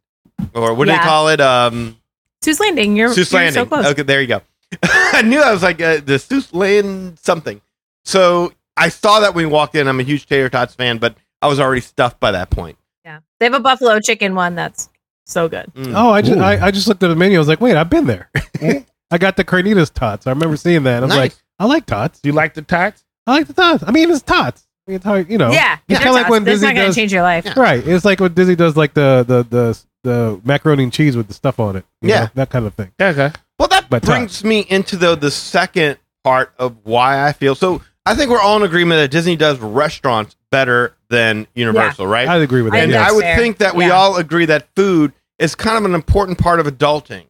Speaker 3: or what do
Speaker 7: Yeah.
Speaker 3: they call it? Um,
Speaker 7: Seuss Landing. You're,
Speaker 3: Seuss
Speaker 7: you're
Speaker 3: Landing.
Speaker 7: so close.
Speaker 3: Okay, there you go. <laughs> I knew I was like uh, the Seuss Land something. So I saw that when we walked in. I'm a huge Tater Tots fan, but I was already stuffed by that point.
Speaker 7: Yeah, they have a buffalo chicken one that's so good.
Speaker 3: Mm.
Speaker 2: Oh, I just
Speaker 4: Ooh.
Speaker 2: I, I just looked at the menu. I was like, wait, I've been there. <laughs> I got the carnitas tots. I remember seeing that. and I'm
Speaker 3: Hmm? Nice.
Speaker 2: like, Oh, I like tots.
Speaker 4: Do you like the tots?
Speaker 2: I like the tots. I mean, it's tots. I mean, it's how, you know.
Speaker 7: yeah,
Speaker 2: it's
Speaker 7: they're
Speaker 2: kinda like
Speaker 7: tops.
Speaker 2: when
Speaker 7: That's
Speaker 2: Disney
Speaker 7: not gonna
Speaker 2: does-
Speaker 7: change your life.
Speaker 2: Right. It's like what Disney does, like the the the the macaroni and cheese with the stuff on it. you
Speaker 3: Yeah.
Speaker 2: know, that kind of thing.
Speaker 4: Okay.
Speaker 3: Well, that
Speaker 2: But uh, tough.
Speaker 3: brings me into though the second part of why I feel so. I think we're all in agreement that Disney does restaurants better than Universal, right?
Speaker 2: I agree with that.
Speaker 7: think
Speaker 3: and
Speaker 2: yeah.
Speaker 7: that's
Speaker 3: I would
Speaker 7: fair.
Speaker 3: think that we
Speaker 7: Yeah.
Speaker 3: all agree that food is kind of an important part of adulting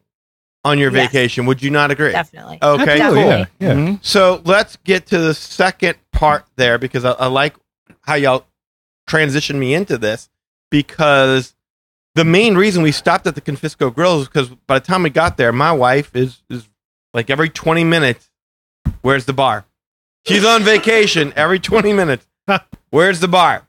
Speaker 3: on your
Speaker 7: Yes.
Speaker 3: vacation. Would you not agree?
Speaker 7: Definitely.
Speaker 3: Okay,
Speaker 2: Absolutely,
Speaker 3: cool.
Speaker 2: yeah, yeah.
Speaker 4: Mhm.
Speaker 3: So let's get to the second part there because I, I like how y'all transitioned me into this because the main reason we stopped at the Confisco Grill is because by the time we got there, my wife is is like every twenty minutes, where's the bar? She's on vacation every twenty minutes. Where's the bar?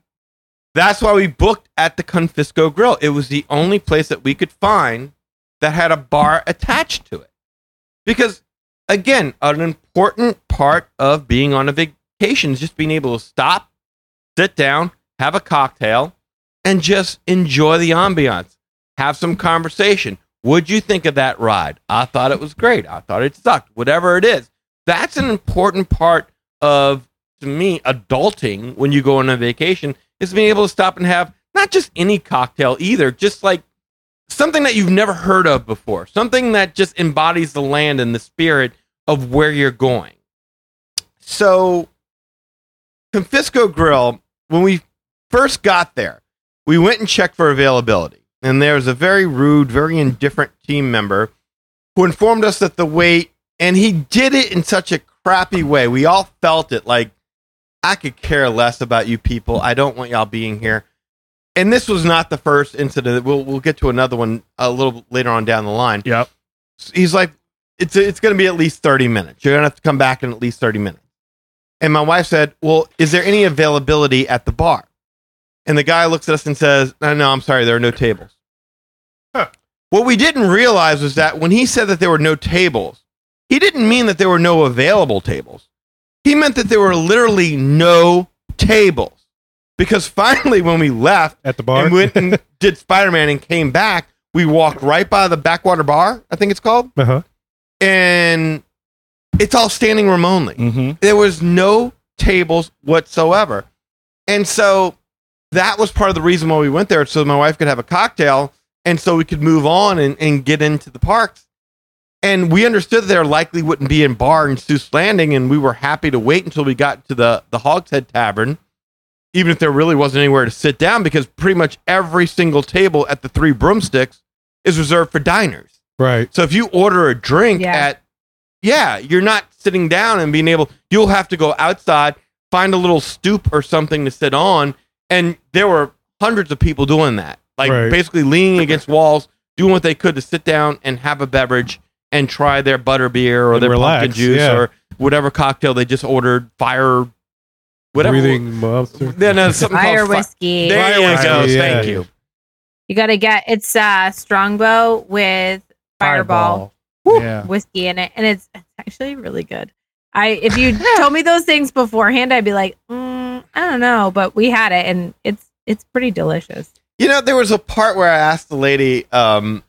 Speaker 3: That's why we booked at the Confisco Grill. It was the only place that we could find that had a bar attached to it. Because again, an important part of being on a vacation is just being able to stop, sit down, have a cocktail, and just enjoy the ambiance. Have some conversation. What'd you think of that ride? I thought it was great. I thought it sucked. Whatever it is. That's an important part of, to me, adulting when you go on a vacation is being able to stop and have not just any cocktail either, just like something that you've never heard of before, something that just embodies the land and the spirit of where you're going. So, Confisco Grill, when we first got there, we went and checked for availability. And there was a very rude, very indifferent team member who informed us that the wait, and he did it in such a crappy way. We all felt it like, I could care less about you people. I don't want y'all being here. And this was not the first incident. We'll, we'll get to another one a little later on down the line.
Speaker 4: Yep.
Speaker 3: He's like, it's, it's going to be at least 30 minutes. You're going to have to come back in at least 30 minutes. And my wife said, Well, is there any availability at the bar? And the guy looks at us and says, No, no, I'm sorry, there are no tables.
Speaker 4: Huh.
Speaker 3: What we didn't realize was that when he said that there were no tables, he didn't mean that there were no available tables. He meant that there were literally no tables. Because <laughs> finally, when we left
Speaker 2: at the bar.
Speaker 3: and
Speaker 2: <laughs>
Speaker 3: went and did Spider Man and came back, we walked right by the Backwater Bar, I think it's called,
Speaker 2: uh-huh.
Speaker 3: and it's all standing room only
Speaker 4: Mm-hmm.
Speaker 3: there was no tables whatsoever. And so that was part of the reason why we went there, so my wife could have a cocktail and so we could move on and, and get into the parks. And we understood there likely wouldn't be in bar in Seuss Landing, and we were happy to wait until we got to the, the Hogshead Tavern, even if there really wasn't anywhere to sit down, because pretty much every single table at the Three Broomsticks is reserved for diners.
Speaker 2: Right.
Speaker 3: So if you order a drink
Speaker 7: Yeah.
Speaker 3: at, yeah, you're not sitting down and being able, you'll have to go outside, find a little stoop or something to sit on. And there were hundreds of people doing that, like
Speaker 2: Right.
Speaker 3: basically leaning
Speaker 7: <laughs>
Speaker 3: against walls, doing what they could to sit down and have a beverage and try their butter beer or
Speaker 2: And
Speaker 3: their pumpkin
Speaker 2: relax,
Speaker 3: juice
Speaker 2: yeah.
Speaker 3: or whatever cocktail they just ordered, fire, whatever.
Speaker 2: Breathing monster.
Speaker 3: Then uh, something
Speaker 7: Fire
Speaker 3: called fi-
Speaker 7: whiskey.
Speaker 3: There
Speaker 4: Fire
Speaker 3: you
Speaker 4: whiskey,
Speaker 3: go.
Speaker 2: yeah.
Speaker 3: Thank you.
Speaker 7: you got to get it's uh, Strongbow with Fireball,
Speaker 4: Yeah.
Speaker 7: whiskey in it, and it's, it's actually really good. I if
Speaker 2: <laughs>
Speaker 7: you told me those things beforehand, I'd be like, mm, I don't know, but we had it, and it's it's pretty delicious.
Speaker 3: You know, there was a part where I asked the lady, um,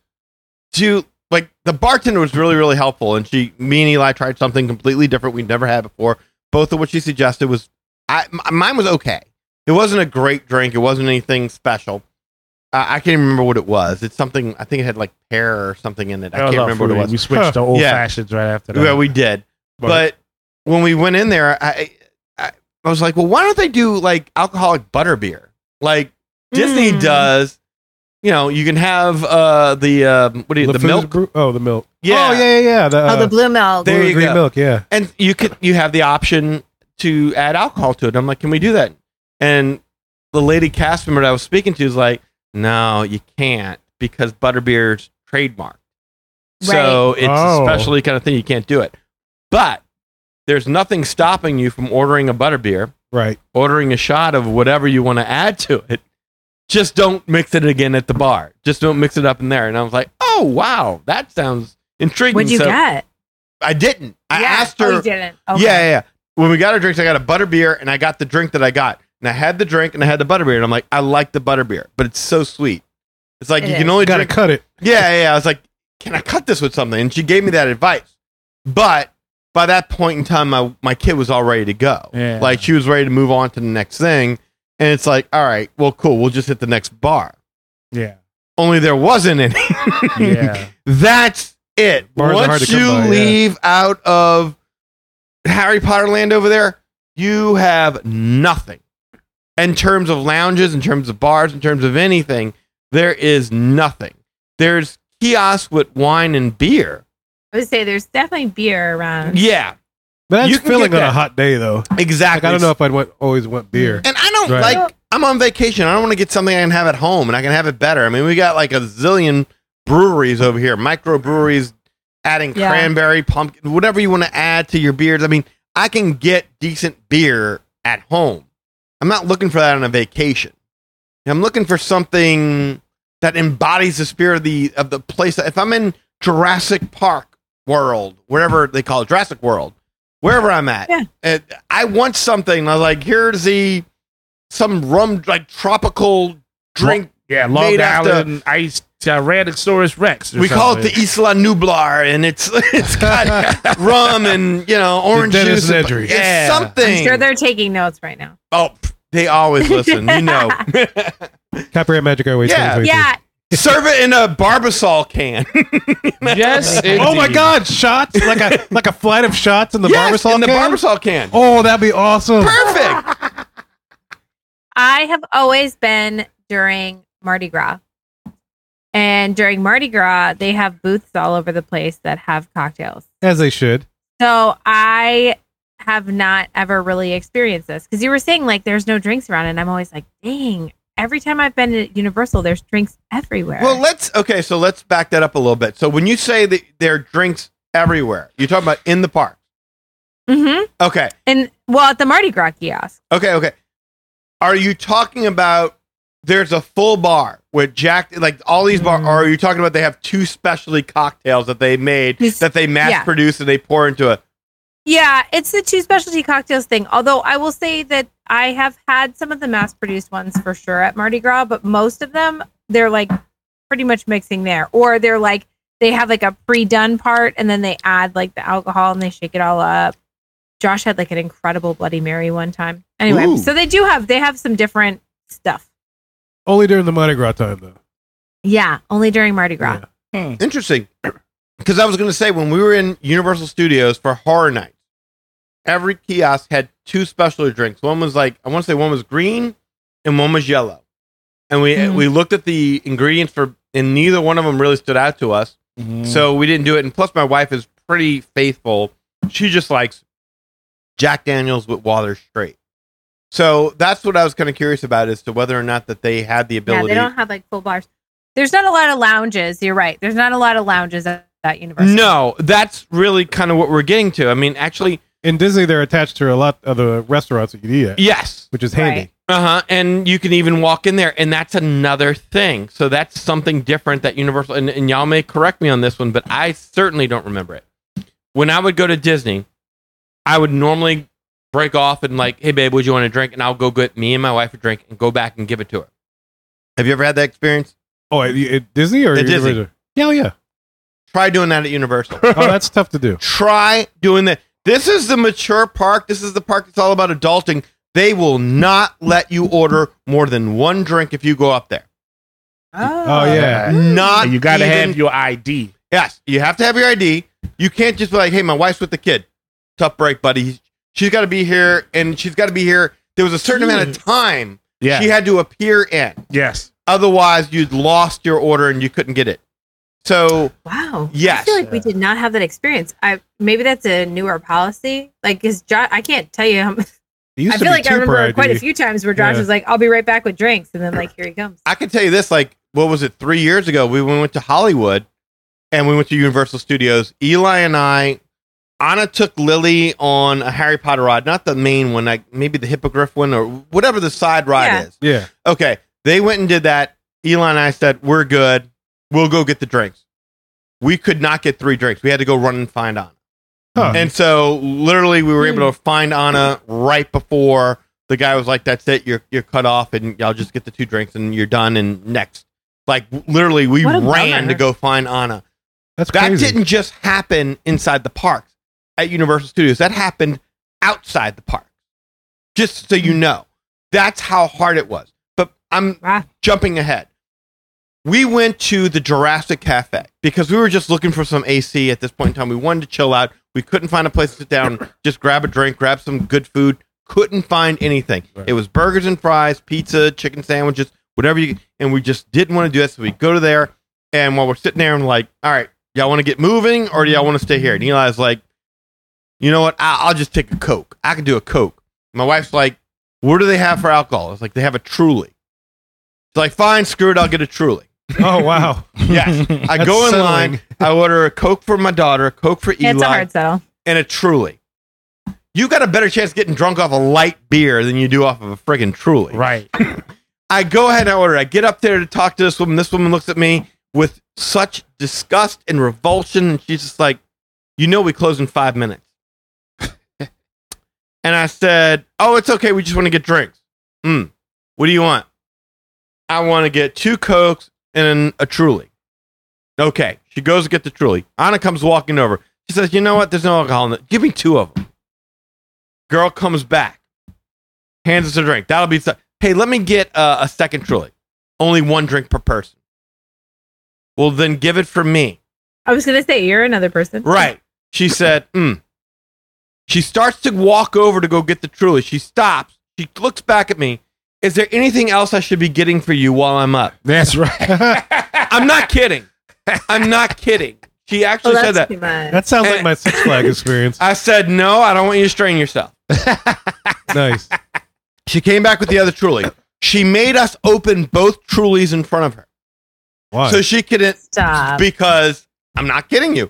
Speaker 3: do you, like the bartender was really, really helpful, and she, me and Eli tried something completely different we'd never had before. Both of what she suggested was, I, m- mine was okay. It wasn't a great drink. It wasn't anything special. Uh, I can't even remember what it was. It's something. I think it had like pear or something in it. I
Speaker 4: That was
Speaker 3: can't
Speaker 4: all
Speaker 3: remember what it
Speaker 4: fruity.
Speaker 3: was.
Speaker 4: We switched to old
Speaker 3: Yeah.
Speaker 4: fashions right after that.
Speaker 3: Yeah, we did. But when we went in there, I, I I was like, well, why don't they do like alcoholic butter beer? Like Disney
Speaker 7: Mm.
Speaker 3: does. You know, you can have uh the um, what do you the,
Speaker 2: Lafou's
Speaker 3: milk?
Speaker 2: Brew- oh, the milk.
Speaker 3: Yeah.
Speaker 2: Oh, yeah, yeah, yeah. The,
Speaker 7: oh,
Speaker 2: uh,
Speaker 7: the blue milk.
Speaker 3: there
Speaker 2: blue
Speaker 3: you
Speaker 2: green
Speaker 3: go.
Speaker 2: milk, yeah.
Speaker 3: And you could you have the option to add alcohol to it. I'm like, can we do that? And the lady cast member that I was speaking to is like, no, you can't because butterbeer's trademark. So it's
Speaker 4: Oh.
Speaker 3: a specialty kind of thing. You can't do it. But there's nothing stopping you from ordering a butterbeer,
Speaker 2: Right.
Speaker 3: ordering a shot of whatever you want to add to it. Just don't mix it again at the bar. Just don't mix it up in there. And I was like, oh, wow, that sounds intriguing.
Speaker 7: What'd you
Speaker 3: So
Speaker 7: get?
Speaker 3: I didn't. I
Speaker 7: Yeah.
Speaker 3: asked
Speaker 7: Oh,
Speaker 3: her.
Speaker 7: you didn't.
Speaker 3: Yeah,
Speaker 7: Okay.
Speaker 3: yeah, yeah. When we got our drinks, I got a butter beer and I got the drink that I got. And I had the drink and I had the butter beer. And I'm like, I like the butter beer, but it's so sweet. It's like
Speaker 7: It
Speaker 3: you
Speaker 7: is.
Speaker 3: can only
Speaker 2: You got to
Speaker 3: drink
Speaker 2: cut it.
Speaker 3: yeah, yeah, yeah. I was like, can I cut this with something? And she gave me that advice. But by that point in time, my, my kid was all ready to go.
Speaker 4: Yeah.
Speaker 3: Like she was ready to move on to the next thing. And it's like, all right, well, cool. We'll just hit the next bar. <laughs>
Speaker 4: yeah.
Speaker 3: Only there wasn't any.
Speaker 4: Yeah.
Speaker 3: That's it.
Speaker 2: Bars are hard
Speaker 3: Once
Speaker 2: to come
Speaker 3: you
Speaker 2: by, yeah.
Speaker 3: leave out of Harry Potter land over there, you have nothing. In terms of lounges, in terms of bars, in terms of anything, there is nothing. There's kiosks with wine and beer.
Speaker 7: I would say there's definitely beer around.
Speaker 3: Yeah,
Speaker 2: But that's
Speaker 3: You can
Speaker 2: filling
Speaker 3: get
Speaker 2: on a
Speaker 3: that.
Speaker 2: hot day, though. Like,
Speaker 3: exactly.
Speaker 2: I don't know if I'd want, always want beer.
Speaker 3: And I don't
Speaker 2: Right.
Speaker 3: like. I'm on vacation. I don't want to get something I can have at home, and I can have it better. I mean, we got like a zillion breweries over here, microbreweries, adding
Speaker 7: Yeah.
Speaker 3: cranberry, pumpkin, whatever you want to add to your beers. I mean, I can get decent beer at home. I'm not looking for that on a vacation. I'm looking for something that embodies the spirit of the of the place. If I'm in Jurassic Park World, wherever they call it, Jurassic World, wherever I'm at,
Speaker 7: Yeah.
Speaker 3: and I want something. I was like, here's the some rum like tropical drink.
Speaker 4: Yeah. Long
Speaker 3: Made after-
Speaker 4: Island Ice Tyrannosaurus Rex. or
Speaker 3: we call it
Speaker 4: something.
Speaker 3: the Isla Nublar, and it's <laughs>
Speaker 2: <laughs>
Speaker 3: it's got rum and you know orange
Speaker 2: Dennis
Speaker 3: juice. and-
Speaker 2: Nedry.
Speaker 3: It's
Speaker 4: Yeah.
Speaker 3: something.
Speaker 7: I'm sure they're taking notes right now. <laughs>
Speaker 3: oh, pff, they always listen. You know.
Speaker 2: Copyright Magic Airways.
Speaker 3: Yeah.
Speaker 2: 2022.
Speaker 7: Yeah.
Speaker 3: Serve it in a barbasol can.
Speaker 8: yes.
Speaker 2: <laughs> Oh my
Speaker 8: indeed.
Speaker 2: God! Shots like <laughs> a like a flight of shots in the
Speaker 3: yes,
Speaker 2: barbasol
Speaker 3: in the
Speaker 2: can?
Speaker 3: barbasol can.
Speaker 2: Oh, that'd be awesome.
Speaker 3: Perfect.
Speaker 7: I have always been during Mardi Gras. And during Mardi Gras, they have booths all over the place that have cocktails.
Speaker 2: As they should.
Speaker 7: So I have not ever really experienced this because you were saying like there's no drinks around, and I'm always like, dang, every time I've been at Universal, there's drinks everywhere.
Speaker 3: Well, let's okay. So let's back that up a little bit. So when you say that there are drinks everywhere, you're talking about in the park.
Speaker 7: hmm
Speaker 3: Okay.
Speaker 7: And well, at the Mardi Gras kiosk,
Speaker 3: Okay, okay. Are you talking about there's a full bar with Jack like all these bar or are you talking about they have two specialty cocktails that they made
Speaker 7: Yes.
Speaker 3: that they mass
Speaker 7: Yeah.
Speaker 3: produce and they pour into a
Speaker 7: yeah, it's the two specialty cocktails thing. Although I will say that I have had some of the mass-produced ones for sure at Mardi Gras, but most of them they're like pretty much mixing there, or they're like they have like a pre-done part, and then they add like the alcohol and they shake it all up. Josh had like an incredible Bloody Mary one time. Anyway,
Speaker 3: Ooh.
Speaker 7: so they do have they have some different stuff.
Speaker 2: Only during the Mardi Gras time, though.
Speaker 7: Yeah, only during Mardi Gras.
Speaker 2: Yeah.
Speaker 4: Hmm.
Speaker 3: interesting. <clears throat> Cuz I was going to say when we were in Universal Studios for Horror Nights, every kiosk had two specialty drinks. One was like I want to say one was green and one was yellow. And we
Speaker 7: Mhm.
Speaker 3: we looked at the ingredients for and neither one of them really stood out to us.
Speaker 7: Mm.
Speaker 3: So we didn't do it. And plus, my wife is pretty faithful. She just likes Jack Daniels with water straight. So that's what I was kind of curious about as to whether or not that they had the
Speaker 7: Yeah,
Speaker 3: ability.
Speaker 7: they don't have like full bars. There's not a lot of lounges. You're right. There's not a lot of lounges at that university.
Speaker 3: no, that's really kind of what we're getting to. I mean, actually,
Speaker 2: In Disney, they're attached to a lot of the restaurants that you eat at,
Speaker 3: yes.
Speaker 2: which is handy.
Speaker 3: Uh huh. And you can even walk in there, and that's another thing. So that's something different that Universal, and, and y'all may correct me on this one, but I certainly don't remember it. When I would go to Disney, I would normally break off and, like, hey, babe, would you want a drink? And I'll go get me and my wife a drink and go back and give it to her. Have you ever had that experience?
Speaker 2: Oh, at, at Disney or
Speaker 3: At Disney.
Speaker 2: Universal? Yeah, oh, yeah.
Speaker 3: Try doing that at Universal. <laughs>
Speaker 2: Oh, that's tough to
Speaker 7: <laughs>
Speaker 2: do.
Speaker 3: Try doing that. This is the mature park. This is the park that's all about adulting. They will not let you order more than one drink if you go up there.
Speaker 2: Oh, yeah.
Speaker 3: Not
Speaker 4: you got to
Speaker 3: even
Speaker 4: have your ID.
Speaker 3: Yes, you have to have your ID. You can't just be like, "Hey, my wife's with the kid. Tough break, buddy. She's got to be here, and she's got to be here." There was a certain amount of time
Speaker 4: Yeah.
Speaker 3: she had to appear in.
Speaker 4: yes.
Speaker 3: Otherwise, you'd lost your order and you couldn't get it. So,
Speaker 7: Wow. I
Speaker 3: yes,
Speaker 7: feel like we did not have that experience. I maybe that's a newer policy. Like, is Josh? I can't tell you. How,
Speaker 2: It used
Speaker 7: I
Speaker 2: to
Speaker 7: feel
Speaker 2: be
Speaker 7: like I
Speaker 2: two per
Speaker 7: remember quite a
Speaker 2: ID.
Speaker 7: few times where Josh
Speaker 2: Yeah.
Speaker 7: was like, "I'll be right back with drinks," and then like, here he comes.
Speaker 3: I can tell you this: like, what was it? Three years ago, we went to Hollywood, and we went to Universal Studios. Eli and I, Anna took Lily on a Harry Potter ride, not the main one, like maybe the Hippogriff one or whatever the side ride
Speaker 7: Yeah.
Speaker 3: is.
Speaker 2: Yeah.
Speaker 3: okay, they went and did that. Elon and I said, We're good. We'll go get the drinks. We could not get three drinks. We had to go run and find Anna.
Speaker 2: Huh.
Speaker 3: And so literally we were able to
Speaker 7: Hmm.
Speaker 3: find Anna right before the guy was like, That's it, you're you're cut off and y'all just get the two drinks and you're done and next. Like literally we
Speaker 7: What a
Speaker 3: ran
Speaker 7: bummer.
Speaker 3: to go find Anna.
Speaker 2: That's
Speaker 3: That
Speaker 2: crazy.
Speaker 3: didn't just happen inside the parks at Universal Studios. That happened outside the park. Just so you
Speaker 7: Hmm.
Speaker 3: know, that's how hard it was. But I'm
Speaker 7: Wow.
Speaker 3: jumping ahead. We went to the Jurassic Cafe because we were just looking for some AC at this point in time. We wanted to chill out. We couldn't find a place to sit down, just grab a drink, grab some good food. Couldn't find anything. It was burgers and fries, pizza, chicken sandwiches, whatever you. And we just didn't want to do that. So we go to there, and while we're sitting there, I'm like, "All right, y'all want to get moving, or do y'all want to stay here?" And Eli's like, "You know what? I- I'll just take a Coke. I can do a Coke." My wife's like, "What do they have for alcohol?" It's like they have a Truly. It's like, fine, screw it, I'll get
Speaker 2: <laughs>
Speaker 3: a Truly.
Speaker 2: Oh, wow.
Speaker 3: Yes. I
Speaker 2: That's
Speaker 3: go in
Speaker 2: settling.
Speaker 3: line, I order a Coke for my daughter, a Coke for
Speaker 7: Yeah, it's a
Speaker 3: Eli,
Speaker 7: hard sell.
Speaker 3: and a Truly. You got a better chance of getting drunk off a light beer than you do off of a friggin' Truly.
Speaker 4: Right. <laughs>
Speaker 3: I go ahead and I order. it. I get up there to talk to this woman. This woman looks at me with such disgust and revulsion, and she's just like, "You know, we close in five minutes." <laughs> and I said, "Oh, it's okay. We just want to get drinks. Mm. What do you want? I want to get two cokes and a Truly." Okay. She goes to get the Truly. Anna comes walking over. She says, "You know what? There's no alcohol in it. Give me two of them." Girl comes back hands us a drink. That'll be. Hey, let me get uh, a second truly. Only one drink per person. Well, then give it from me.
Speaker 7: I was gonna say you're another person.
Speaker 3: Right. She said, mm. She starts to walk over to go get the truly. She stops. She looks back at me. Is there anything else I should be getting for you while I'm up?
Speaker 4: That's right.
Speaker 3: I'm not kidding. I'm not kidding. She actually
Speaker 7: Well,
Speaker 3: said
Speaker 7: Oh, that's
Speaker 3: that.
Speaker 7: too much.
Speaker 2: That sounds
Speaker 3: Eh.
Speaker 2: like my Six Flag <laughs> experience.
Speaker 3: I said, no, I don't want you to strain yourself.
Speaker 2: nice.
Speaker 3: She came back with the other truly. She made us open both trulies in front of her.
Speaker 2: Why?
Speaker 3: So she couldn't
Speaker 7: Stop.
Speaker 3: because I'm not kidding you.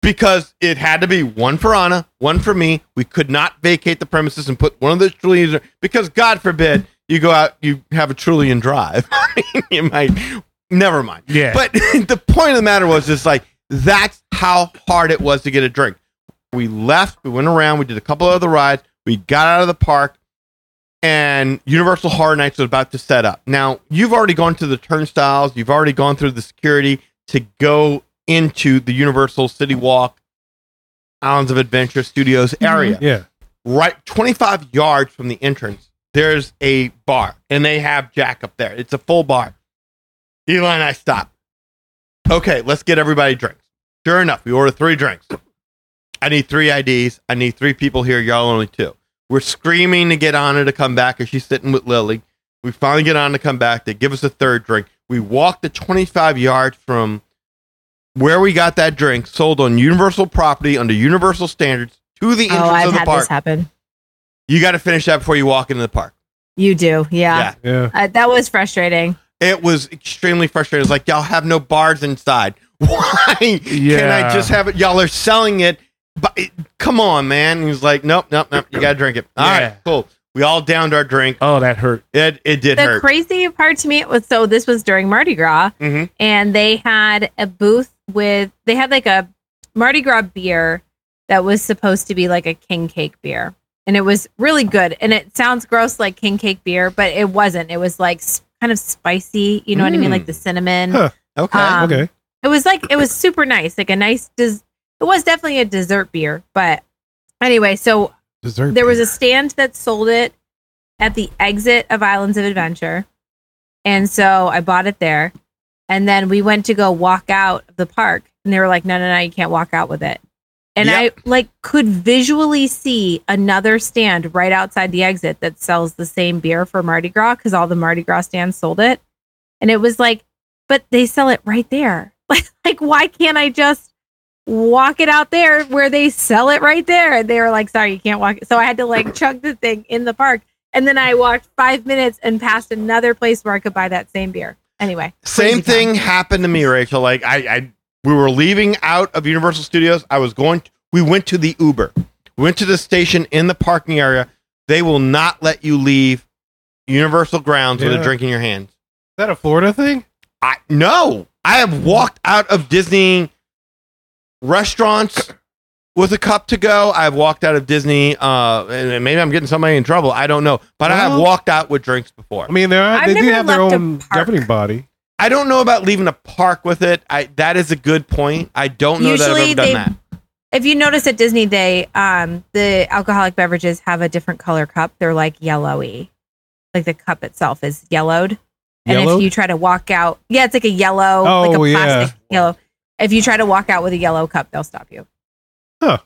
Speaker 3: Because it had to be one for Anna, one for me. We could not vacate the premises and put one of those trillions. Because God forbid you go out, you have a trillion drive. <laughs> you might. Never mind.
Speaker 4: Yeah.
Speaker 3: But <laughs> the point of the matter was just like that's how hard it was to get a drink. We left. We went around. We did a couple other rides. We got out of the park, and Universal Horror Nights was about to set up. Now you've already gone to the turnstiles. You've already gone through the security to go into the Universal City Walk, Islands of Adventure Studios area.
Speaker 2: yeah.
Speaker 3: Right, twenty-five yards from the entrance, there's a bar, and they have Jack up there. It's a full bar. Eli and I stop. Okay, let's get everybody drinks. Sure enough, we order three drinks. I need three IDs. I need three people here. Y'all only two. We're screaming to get Anna to come back as she's sitting with Lily. We finally get Anna to come back. They give us a third drink. We walk the 25 yards from where we got that drink, sold on Universal property under Universal standards, to the entrance
Speaker 7: Oh,
Speaker 3: of
Speaker 7: I've
Speaker 3: the
Speaker 7: had
Speaker 3: park.
Speaker 7: this happen.
Speaker 3: You got to finish that before you walk into the park.
Speaker 7: You do, yeah.
Speaker 2: Yeah.
Speaker 7: Uh, that was frustrating.
Speaker 3: It was extremely frustrating. It's like y'all have no bars inside. <laughs> Why can I
Speaker 4: Yeah.
Speaker 3: just have it? Y'all are selling it, but it- come on, man. He was like, nope, nope, nope. You gotta drink it. All right,
Speaker 4: Yeah.
Speaker 3: cool. We all downed our drink.
Speaker 4: oh, that hurt.
Speaker 3: It it did
Speaker 7: the
Speaker 3: hurt.
Speaker 7: crazy part to me was so this was during Mardi Gras,
Speaker 3: Mhm.
Speaker 7: and they had a booth with they had like a Mardi Gras beer that was supposed to be like a king cake beer, and it was really good. And it sounds gross like king cake beer, but it wasn't. It was like s- kind of spicy, you know what I mean,
Speaker 3: Mm.
Speaker 7: like the cinnamon.
Speaker 2: Huh.
Speaker 3: okay.
Speaker 7: uh, Um,
Speaker 2: okay.
Speaker 7: It was like it was super nice, like a nice. Des- it was definitely a dessert beer, but anyway, so
Speaker 2: Dessert.
Speaker 7: there was a stand that sold it at the exit of Islands of Adventure. And so I bought it there. And then we went to go walk out of the park. And they were like, no, no, no, you can't walk out with it. And I like could visually see another stand right outside the exit that sells the same beer for Mardi Gras because all the Mardi Gras stands sold it. And it was like, but they sell it right there. <laughs> Like, like why can't I just walk it out there where they sell it right there? And they were like, sorry, you can't walk it. So I had to like chug the thing in the park. And then I walked five minutes and passed another place where I could buy that same beer. Anyway,
Speaker 3: Same
Speaker 7: crazy town.
Speaker 3: thing happened to me, Rachel. Like I, I, we were leaving out of Universal Studios. I was going. We went to the Uber. We went to the station in the parking area. They will not let you leave Universal grounds with a
Speaker 2: Yeah.
Speaker 3: drink in your hands.
Speaker 2: Is that a Florida thing?
Speaker 3: I no. I have walked out of Disney restaurants with a cup to go. I've walked out of Disney. Uh, and maybe I'm getting somebody in trouble. I don't know, but I have
Speaker 2: Well-
Speaker 3: walked out with drinks before.
Speaker 2: I mean, there are,
Speaker 7: I've
Speaker 2: they do
Speaker 7: never
Speaker 2: have their
Speaker 7: left a
Speaker 2: own
Speaker 7: park.
Speaker 2: governing body.
Speaker 3: I don't know about leaving a park with it. I that is a good point. I don't know that I've
Speaker 7: Usually
Speaker 3: ever done
Speaker 7: they-
Speaker 3: that.
Speaker 7: if you notice at Disney, they um the alcoholic beverages have a different color cup. They're like yellowy, like the cup itself is yellowed. And
Speaker 2: Yellowed?
Speaker 7: if you try to walk out, yeah, it's like a yellow, like
Speaker 2: Oh,
Speaker 7: a
Speaker 2: yeah.
Speaker 7: plastic yellow. If you try to walk out with a yellow cup, they'll stop you.
Speaker 2: Huh.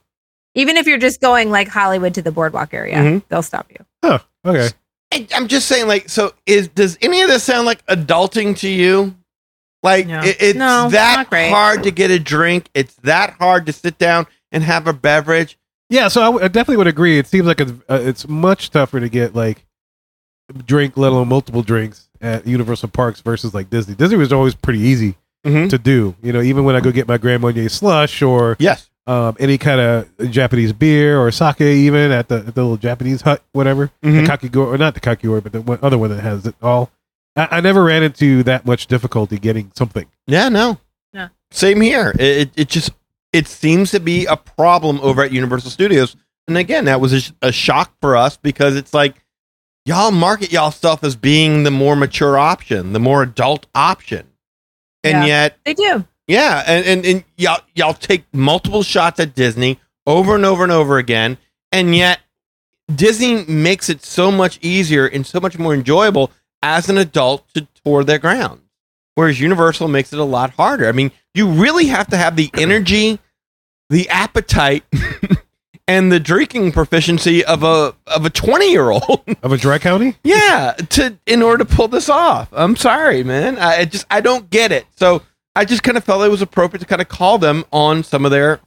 Speaker 7: Even if you're just going like Hollywood to the boardwalk area,
Speaker 2: Mm-hmm.
Speaker 3: Mhm.
Speaker 7: they'll stop you.
Speaker 2: Okay.
Speaker 3: I, I'm just saying, like, so is does any of this sound like adulting to you? Like,
Speaker 7: No.
Speaker 3: it- it's
Speaker 7: No, it's
Speaker 3: that
Speaker 7: not great.
Speaker 3: hard to get a drink. It's that hard to sit down and have a beverage.
Speaker 2: Yeah. So I, w- I definitely would agree. It seems like it's, uh, it's much tougher to get like drink, let alone multiple drinks at Universal Parks versus like Disney. Disney was always pretty easy
Speaker 3: Mhm.
Speaker 2: to do. You know, even when I go get my Grand Marnier slush or
Speaker 3: Yes.
Speaker 2: um, any kind of Japanese beer or sake, even at the, at the little Japanese hut, whatever.
Speaker 3: Mhm.
Speaker 2: The kakigori, or not the kakigori, but the one, other one that has it all. I, I never ran into that much difficulty getting
Speaker 3: <laughs>
Speaker 2: something.
Speaker 3: Yeah, no.
Speaker 7: Yeah.
Speaker 3: Same here. It, it, it just it seems to be a problem over at Universal Studios. And again, that was a, sh- a shock for us because it's like y'all market y'all stuff as being the more mature option, the more adult option. And
Speaker 7: Yeah.
Speaker 3: yet,
Speaker 7: They do.
Speaker 3: yeah, and, and, and y'all y'all take multiple shots at Disney over and over and over again, and yet Disney makes it so much easier and so much more enjoyable as an adult to tour their grounds. Whereas Universal makes it a lot harder. I mean, you really have to have the energy, the appetite, <laughs> and the drinking proficiency of a of a twenty year old.
Speaker 2: Of a dry county?
Speaker 3: yeah, to in order to pull this off. I'm sorry, man. I I just I don't get it. So I just kind of felt it was appropriate to kind of call them on some of their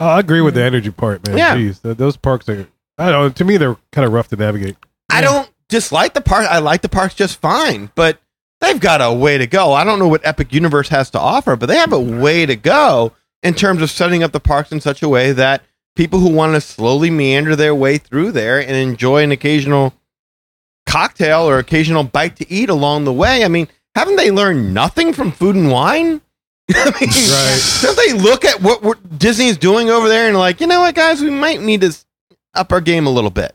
Speaker 2: Oh, I agree with the energy part, man.
Speaker 3: Mm-hmm. Yeah.
Speaker 2: Jeez, th- those parks are. I don't know. To me, they're kind of rough to navigate.
Speaker 3: I don't dislike the park. I like the parks just fine, but they've got a way to go. I don't know what Epic Universe has to offer, but they have a way to go in terms of setting up the parks in such a way that people who want to slowly meander their way through there and enjoy an occasional cocktail or occasional bite to eat along the way. I mean, haven't they learned nothing from Food and Wine? <laughs> I mean,
Speaker 2: Right.
Speaker 3: don't they look at what we're, Disney's doing over there and like, you know what, guys, we might need to s- up our game a little bit.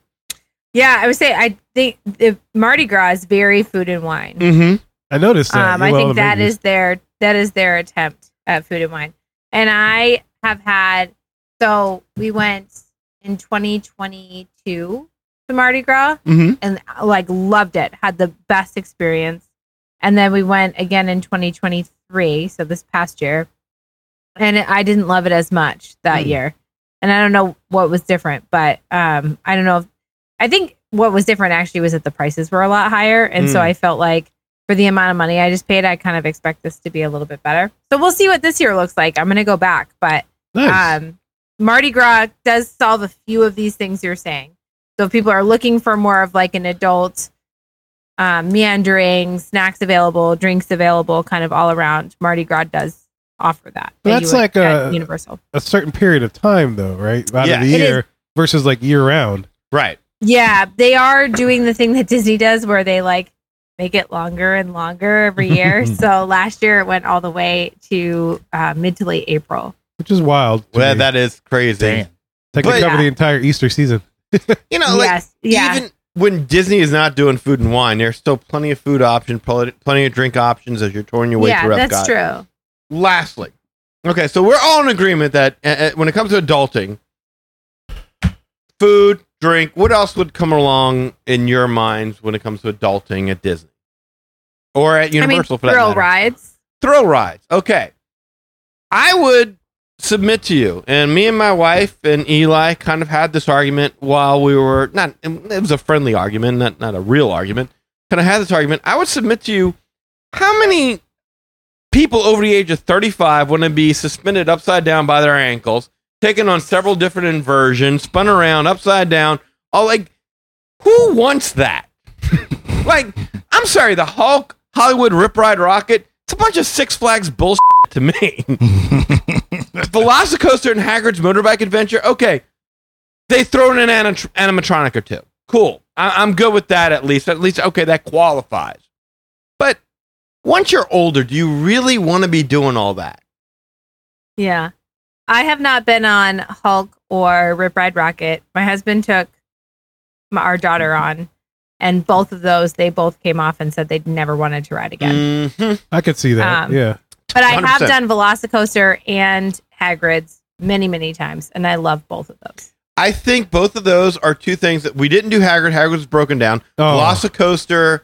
Speaker 7: Yeah, I would say I think the Mardi Gras is very food and wine.
Speaker 3: Mm-hmm.
Speaker 2: I noticed that.
Speaker 7: Um,
Speaker 2: You
Speaker 7: I
Speaker 2: love
Speaker 7: think
Speaker 2: the
Speaker 7: that
Speaker 2: movies.
Speaker 7: is their that is their attempt at food and wine. And I have had so we went in 2022 to Mardi Gras
Speaker 3: Mhm.
Speaker 7: and like loved it, had the best experience. And then we went again in 2023, so this past year, and I didn't love it as much that year. And I don't know what was different, but um, I don't know. If, I think what was different actually was that the prices were a lot higher, and so
Speaker 3: Mm.
Speaker 7: I felt like for the amount of money I just paid, I kind of expect this to be a little bit better. So we'll see what this year looks like. I'm going to go back, but
Speaker 2: Nice.
Speaker 7: um, Mardi Gras does solve a few of these things you're saying. So if people are looking for more of like an adult um, meandering, snacks available, drinks available, kind of all around. Mardi Gras does offer that.
Speaker 2: But
Speaker 7: that
Speaker 2: that's
Speaker 7: you would
Speaker 2: like
Speaker 7: get
Speaker 2: a-
Speaker 7: at Universal.
Speaker 2: a certain period of time, though, right? Out
Speaker 3: Yeah.
Speaker 2: of the
Speaker 7: It is-
Speaker 2: year versus like year round.
Speaker 3: Right.
Speaker 7: Yeah, they are doing the thing that Disney does where they like make it longer and
Speaker 2: <laughs>
Speaker 7: longer every year. so last year it went all the way to uh, mid to late April.
Speaker 2: which is wild. to
Speaker 3: Well,
Speaker 2: me.
Speaker 3: that is crazy.
Speaker 2: they could
Speaker 3: but-
Speaker 2: cover the entire Easter season.
Speaker 3: You know, Oh, like
Speaker 7: yes. Yeah.
Speaker 3: even when Disney is not doing food and wine, there's still plenty of food options, pl- plenty of drink options as you're touring your way
Speaker 7: Yeah,
Speaker 3: through Epcot.
Speaker 7: that's true.
Speaker 3: Lastly, okay, so we're all in agreement that uh, uh, when it comes to adulting, food, drink, what else would come along in your minds when it comes to adulting at Disney or at Universal
Speaker 7: I mean,
Speaker 3: for that
Speaker 7: thrill
Speaker 3: matter?
Speaker 7: rides.
Speaker 3: thrill rides. Okay. I would submit to you, and me and my wife and Eli kind of had this argument while we were not, it was a friendly argument, not, not a real argument. Kind of had this argument. I would submit to you how many people over the age of 35 want to be suspended upside down by their ankles, taken on several different inversions, spun around, upside down, all like, who wants that? like, I'm sorry, the Hulk, Hollywood Rip Ride Rocket, it's a bunch of Six Flags bullshit to me. Velocicoaster and Haggard's Motorbike Adventure, okay, they throw in an anim- animatronic or two. Cool. I- I'm good with that at least. At least, okay, that qualifies. But once you're older, do you really want to be doing all that?
Speaker 7: Yeah. I have not been on Hulk or Rip Ride Rocket. My husband took my, our daughter on, and both of those, they both came off and said they'd never wanted to ride again.
Speaker 3: Mhm.
Speaker 2: I could see that.
Speaker 7: Um,
Speaker 2: yeah.
Speaker 7: But I have
Speaker 3: 100%.
Speaker 7: done Velocicoaster and Hagrid's many, many times, and I love both of those.
Speaker 3: I think both of those are two things that we didn't do. Haggard. Haggard was broken down.
Speaker 2: Oh,
Speaker 3: Velocicoaster.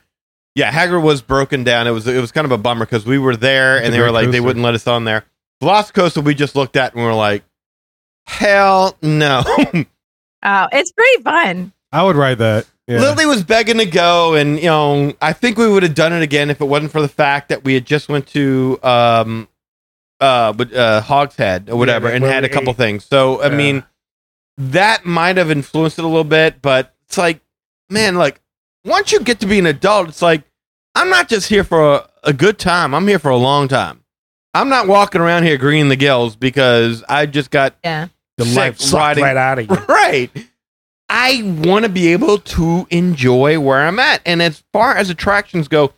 Speaker 3: Yeah, Haggard was broken down. It was it was kind of a bummer because we were there
Speaker 2: It's a
Speaker 3: and they were
Speaker 2: great
Speaker 3: like they
Speaker 2: coaster.
Speaker 3: wouldn't let us on there. Velocicoaster we just looked at and we were like, hell no.
Speaker 7: Oh, it's pretty fun.
Speaker 2: I would ride that. Yeah.
Speaker 3: Lily was begging to go, and you know I think we would have done it again if it wasn't for the fact that we had just went to um uh but uh Hogshead or whatever
Speaker 4: Yeah,
Speaker 3: and
Speaker 4: where
Speaker 3: had
Speaker 4: we
Speaker 3: a couple
Speaker 4: ate.
Speaker 3: things. So I
Speaker 4: Yeah.
Speaker 3: mean that might have influenced it a little bit, but it's like man, like once you get to be an adult, it's like I'm not just here for a, a good time. I'm here for a long time. I'm not walking around here green the gills because I just got
Speaker 7: Yeah.
Speaker 4: The
Speaker 3: sick
Speaker 4: life sucked
Speaker 3: riding
Speaker 4: right out
Speaker 3: <laughs>
Speaker 4: of you.
Speaker 3: right. I want to be able to enjoy where I'm at. And as far as attractions go,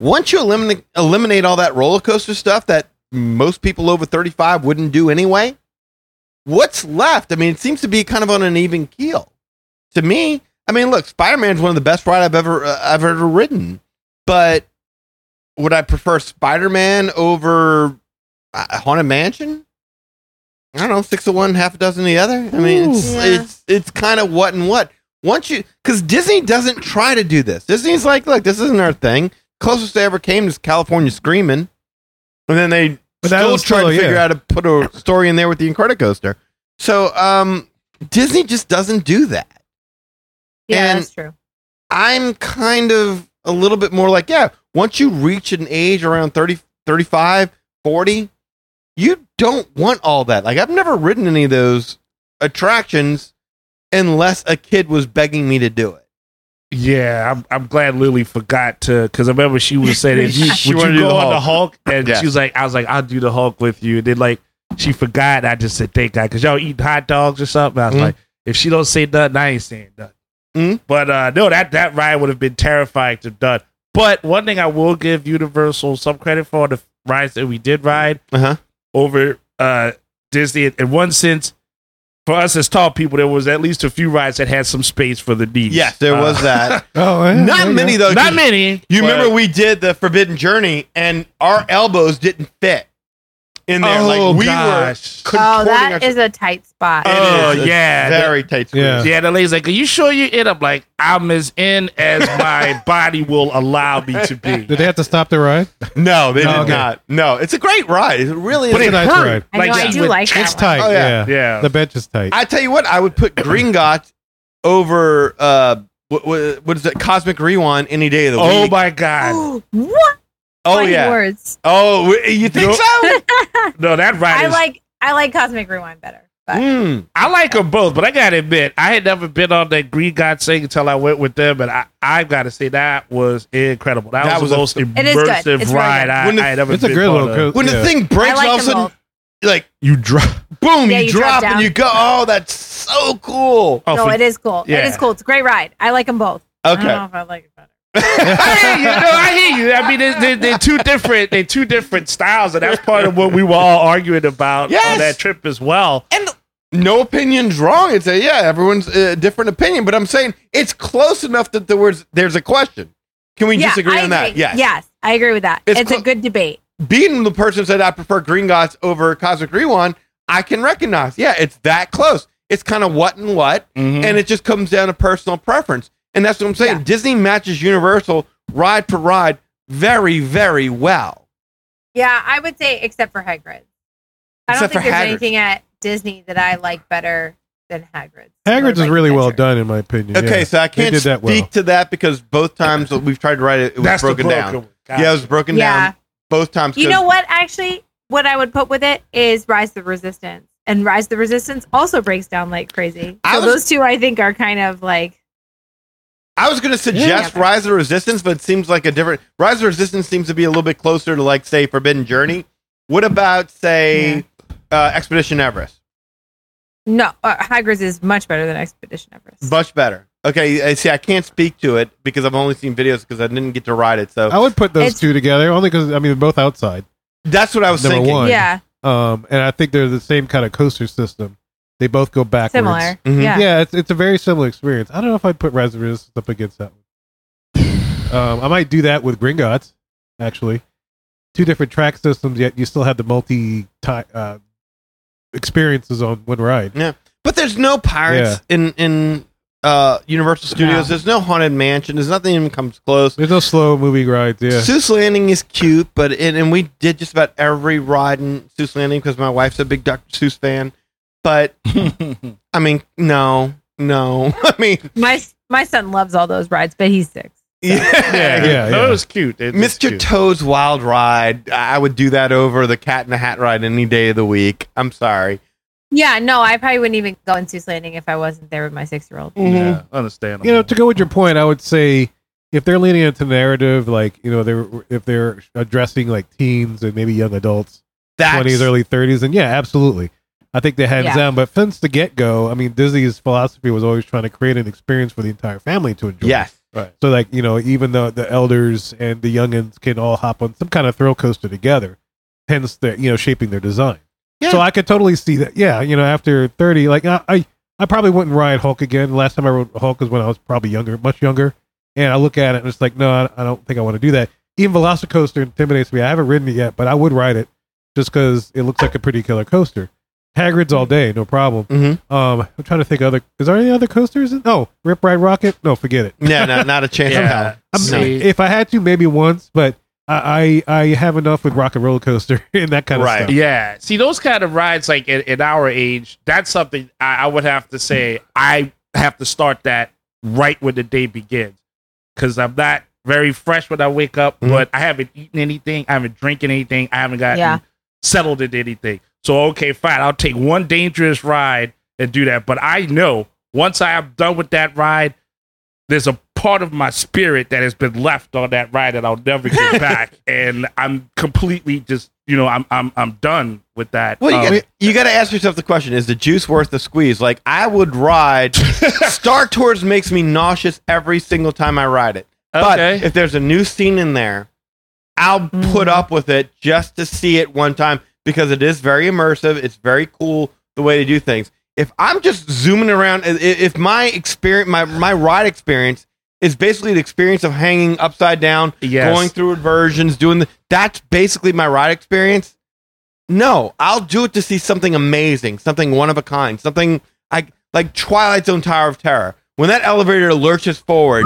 Speaker 3: once you eliminate eliminate all that roller coaster stuff that most people over 35 wouldn't do anyway, what's left? I mean, it seems to be kind of on an even keel. To me, I mean, look, Spider-Man's one of the best ride I've ever uh, I've ever ridden. But would I prefer Spider-Man over uh, Haunted Mansion? I don't know, six of one, half a dozen of the other. I mean, it's
Speaker 7: Ooh. Yeah.
Speaker 3: it's it's kind of what and what. Once you, because Disney doesn't try to do this. Disney's like, look, this isn't our thing. Closest they ever came is California Screaming, and then they
Speaker 2: But that
Speaker 3: still
Speaker 2: was
Speaker 3: tried
Speaker 2: still-
Speaker 3: to figure
Speaker 2: yeah.
Speaker 3: out how to put a story in there with the Incredicoaster. So um, Disney just doesn't do that.
Speaker 7: Yeah,
Speaker 3: And-
Speaker 7: that's true.
Speaker 3: I'm kind of a little bit more like, yeah, once you reach an age around 30, 35, 40, you don't want all that. Like, I've never ridden any of those attractions unless a kid was begging me to do it.
Speaker 4: Yeah, I'm, I'm glad Lily forgot to because I remember she <laughs> was saying, if you,
Speaker 3: She
Speaker 4: "Would
Speaker 3: wanted to
Speaker 4: you
Speaker 3: do
Speaker 4: go
Speaker 3: the
Speaker 4: on the
Speaker 3: Hulk.
Speaker 4: Hulk?" And
Speaker 3: Yeah.
Speaker 4: she was like, "I was like, I'll do the Hulk with you." And then like she forgot. I just said, "Thank God," because y'all eating hot dogs or something. I was
Speaker 3: Mhm.
Speaker 4: like, "If she don't say nothing, I ain't saying nothing."
Speaker 3: Mhm.
Speaker 4: But uh no, that that ride would have been terrifying to have done. But one thing I will give Universal some credit for the rides that we did ride
Speaker 3: Uh-huh.
Speaker 4: over uh Disney. In one sense, for us as tall people, there was at least a few rides that had some space for the knees.
Speaker 3: Yes, there
Speaker 4: Uh,
Speaker 3: was
Speaker 4: <laughs>
Speaker 3: that.
Speaker 2: Oh, yeah, there
Speaker 3: Not
Speaker 2: you
Speaker 3: many,
Speaker 2: go.
Speaker 3: though. 'cause
Speaker 4: Not many.
Speaker 3: You
Speaker 4: but-
Speaker 3: remember we did the Forbidden Journey and our elbows didn't fit in there.
Speaker 4: Oh,
Speaker 3: like, we
Speaker 4: gosh.
Speaker 3: were
Speaker 7: Oh,
Speaker 3: contorting
Speaker 7: that
Speaker 3: our-
Speaker 7: is a tight spot.
Speaker 3: It
Speaker 4: Oh,
Speaker 3: is. It's
Speaker 4: yeah.
Speaker 3: Very tight squeeze.
Speaker 2: Yeah.
Speaker 4: Yeah, the lady's like, "Are you sure you in?" I'm like, "I'm as in as my body will allow me to be."
Speaker 2: Did they have to stop the ride?
Speaker 3: No, they
Speaker 2: No,
Speaker 3: did
Speaker 2: okay.
Speaker 3: not. No, it's a great ride. It really
Speaker 2: But
Speaker 3: is.
Speaker 2: it nice ride.
Speaker 7: I know,
Speaker 4: Like,
Speaker 7: I
Speaker 4: she
Speaker 7: do
Speaker 4: would-
Speaker 7: like that.
Speaker 2: It's
Speaker 7: one.
Speaker 2: tight.
Speaker 3: Oh, yeah.
Speaker 2: yeah.
Speaker 4: Yeah,
Speaker 2: The bench is tight.
Speaker 3: I tell you what, I would put Gringotts over uh, what, what, what is that? Cosmic Rewind any day of the
Speaker 4: oh
Speaker 3: week.
Speaker 4: my god,
Speaker 7: Oh, <gasps> what?
Speaker 3: oh
Speaker 7: Fighting
Speaker 3: yeah.
Speaker 7: Words.
Speaker 3: Oh, w- you think
Speaker 4: Nope.
Speaker 3: so?
Speaker 7: <laughs>
Speaker 4: no, that ride.
Speaker 7: I
Speaker 4: is,
Speaker 7: like I like Cosmic Rewind better. But
Speaker 3: Mm.
Speaker 4: I like them both, but I gotta admit, I had never been on that Green God thing until I went with them, and I, I gotta say that was incredible. That,
Speaker 3: That
Speaker 4: was,
Speaker 3: was
Speaker 4: the most
Speaker 7: It is good.
Speaker 4: immersive
Speaker 7: It's really
Speaker 4: ride
Speaker 7: good.
Speaker 4: I,
Speaker 3: When the-
Speaker 4: I had ever
Speaker 2: it's a
Speaker 4: been
Speaker 2: good
Speaker 4: part
Speaker 2: little
Speaker 4: of.
Speaker 2: coat.
Speaker 3: When
Speaker 2: yeah.
Speaker 3: the thing breaks,
Speaker 7: I like
Speaker 3: all of a
Speaker 7: them
Speaker 3: sudden,
Speaker 7: both.
Speaker 3: like
Speaker 4: You drop.
Speaker 3: boom,
Speaker 7: Yeah,
Speaker 3: you,
Speaker 7: you
Speaker 3: drop,
Speaker 7: drop
Speaker 3: and
Speaker 7: down.
Speaker 3: you go. Oh, that's so cool.
Speaker 4: Oh,
Speaker 7: no,
Speaker 4: for-
Speaker 7: it is cool.
Speaker 4: Yeah.
Speaker 7: It is cool. It's a great ride. I like them both. I don't know if I like it better.
Speaker 4: I hear you. No, I hear you. I mean, they're, they're, they're two different. They're two different styles, and that's part of what we were all arguing about
Speaker 3: Yes.
Speaker 4: on that trip as well.
Speaker 3: no opinion's wrong. It's a yeah, everyone's uh, different opinion, but I'm saying it's close enough that the words there's a question. Can we disagree
Speaker 7: I
Speaker 3: on that?
Speaker 7: agree. Yes, I agree with that.
Speaker 3: It's
Speaker 7: It's,
Speaker 3: clo-
Speaker 7: a good debate.
Speaker 3: being the person who said I prefer Green Gods over Cosmic Rewind, I can recognize, yeah, it's that close. It's kind of what and what,
Speaker 4: Mm-hmm.
Speaker 2: Mm-hmm.
Speaker 3: and it just comes down to personal preference. And that's what I'm saying. Disney matches Universal ride for ride very, very well.
Speaker 7: Yeah, I would say except for Hagrid. I
Speaker 3: Except for
Speaker 7: don't think there's
Speaker 3: Hagrid.
Speaker 7: anything at Disney that I like better than Hagrid's.
Speaker 2: Hagrid's
Speaker 7: Or,
Speaker 2: is
Speaker 7: like,
Speaker 2: really well
Speaker 7: better.
Speaker 2: done, in my opinion.
Speaker 3: Okay,
Speaker 2: yeah.
Speaker 3: so I
Speaker 2: They
Speaker 3: can't
Speaker 2: did that
Speaker 3: speak
Speaker 2: well.
Speaker 3: to that because both times that we've tried to write it, it was
Speaker 4: That's the
Speaker 3: broken, down.
Speaker 4: broken one. Got
Speaker 3: Yeah, it
Speaker 4: it.
Speaker 3: was broken
Speaker 7: Yeah.
Speaker 3: down both times.
Speaker 7: You
Speaker 3: 'cause-
Speaker 7: know what? Actually, what I would put with it is Rise the Resistance, and Rise the Resistance also breaks down like crazy.
Speaker 3: I
Speaker 7: So
Speaker 3: was-
Speaker 7: those two, I think, are kind of like
Speaker 3: I was going to suggest
Speaker 7: Yeah.
Speaker 3: Rise of the Resistance, but it seems like a different Rise of the Resistance seems to be a little bit closer to like say Forbidden Journey. What about say uh, Expedition Everest?
Speaker 7: no. Uh, Hagrid's is much better than Expedition Everest.
Speaker 3: Much better. Okay, I see. I can't speak to it because I've only seen videos because I didn't get to ride it. So
Speaker 2: I would put those
Speaker 7: It's-
Speaker 2: two together only because I mean they're both outside,
Speaker 3: that's what I was
Speaker 2: Number
Speaker 3: thinking.
Speaker 2: one.
Speaker 7: yeah,
Speaker 2: um, and I think they're the same kind of coaster system. They both go backwards.
Speaker 7: similar.
Speaker 3: Mhm.
Speaker 7: Yeah.
Speaker 2: Yeah, it's, it's a very similar experience. I don't know if I'd put Rise of the Resistance up against that one. Um, I might do that with Gringotts, actually. Two different track systems, yet you still have the multi uh, experiences on one ride.
Speaker 3: But there's no pirates in in uh, Universal Studios. There's no haunted mansion. There's nothing even comes close.
Speaker 2: There's no slow moving rides. Yeah,
Speaker 3: Seuss Landing is cute, but and, and we did just about every ride in Seuss Landing because my wife's a big Dr. Seuss fan.
Speaker 4: <laughs>
Speaker 3: But I mean, no, no. <laughs> I mean,
Speaker 7: My my son loves all those rides, but he's six.
Speaker 4: Yeah,
Speaker 2: <laughs>
Speaker 3: yeah.
Speaker 2: Yeah,
Speaker 4: No,
Speaker 2: yeah.
Speaker 4: it was cute. It was
Speaker 3: Mr.
Speaker 4: cute.
Speaker 3: Toad's Wild Ride, I I would do that over the Cat in the Hat ride any day of the week. I'm sorry.
Speaker 7: Yeah, no, I probably wouldn't even go in Seuss Landing if I wasn't there with my six year old.
Speaker 4: yeah, understandable.
Speaker 2: Mm-hmm. you know, to go with your point, I would say if they're leaning into narrative, like you know, they're if they're addressing like teens and maybe young adults,
Speaker 3: That's
Speaker 2: twenties, early thirties, and yeah, absolutely. I think they hands
Speaker 7: Yeah.
Speaker 2: down. But since the get go, I mean, Disney's philosophy was always trying to create an experience for the entire family to enjoy.
Speaker 3: Yes.
Speaker 2: So like you know, even though the elders and the youngins can all hop on some kind of thrill coaster together, hence the you know shaping their design.
Speaker 3: Yeah.
Speaker 2: So I could totally see that. Yeah, you know, after thirty, like I, I, I probably wouldn't ride Hulk again. The Last time I rode Hulk was when I was probably younger, much younger. And I look at it and it's like, no, I, I don't think I want to do that. Even Velocicoaster intimidates me. I haven't ridden it yet, but I would ride it just because it looks like a pretty killer coaster. Hagrid's all day, no problem.
Speaker 3: Mhm.
Speaker 2: Um, I'm trying to think of other. Is there any other coasters? No, Rip Ride Rocket. No, forget it.
Speaker 3: No, no,
Speaker 4: <laughs>
Speaker 3: not a chance. in hell.
Speaker 4: Yeah.
Speaker 2: I'm-
Speaker 4: See,
Speaker 2: If I had to, maybe once, but I I, I have enough with Rock and Roller Coaster <laughs> and that kind of
Speaker 3: Right.
Speaker 2: stuff.
Speaker 4: yeah. See, those kind of rides, like in, in our age, that's something I, I would have to say I have to start that right when the day begins. Because I'm not very fresh when I wake up,
Speaker 3: Mhm.
Speaker 4: but I haven't eaten anything. I haven't drinking anything. I haven't gotten
Speaker 7: Yeah.
Speaker 4: settled into anything. So, okay, fine. I'll take one dangerous ride and do that. But I know once I am done with that ride, there's a part of my spirit that has been left on that ride that I'll never get back, and I'm completely just you know I'm I'm I'm done with that.
Speaker 3: Well, you,
Speaker 4: Um,
Speaker 3: got, you got to ask yourself the question: Is the juice worth the squeeze? Like, I would
Speaker 4: <laughs>
Speaker 3: ride. Star Tours makes me nauseous every single time I ride it. But
Speaker 4: Okay.
Speaker 3: if there's a new scene in there, I'll put up with it just to see it one time because it is very immersive. It's very cool the way they do things. If I'm just zooming around, i- i- if my experience, my my ride experience is basically the experience of hanging upside down,
Speaker 4: Yes.
Speaker 3: going through inversions, doing the, that's basically my ride experience. No, I'll do it to see something amazing, something one of a kind, something like like Twilight Zone Tower of Terror. When that elevator lurches forward,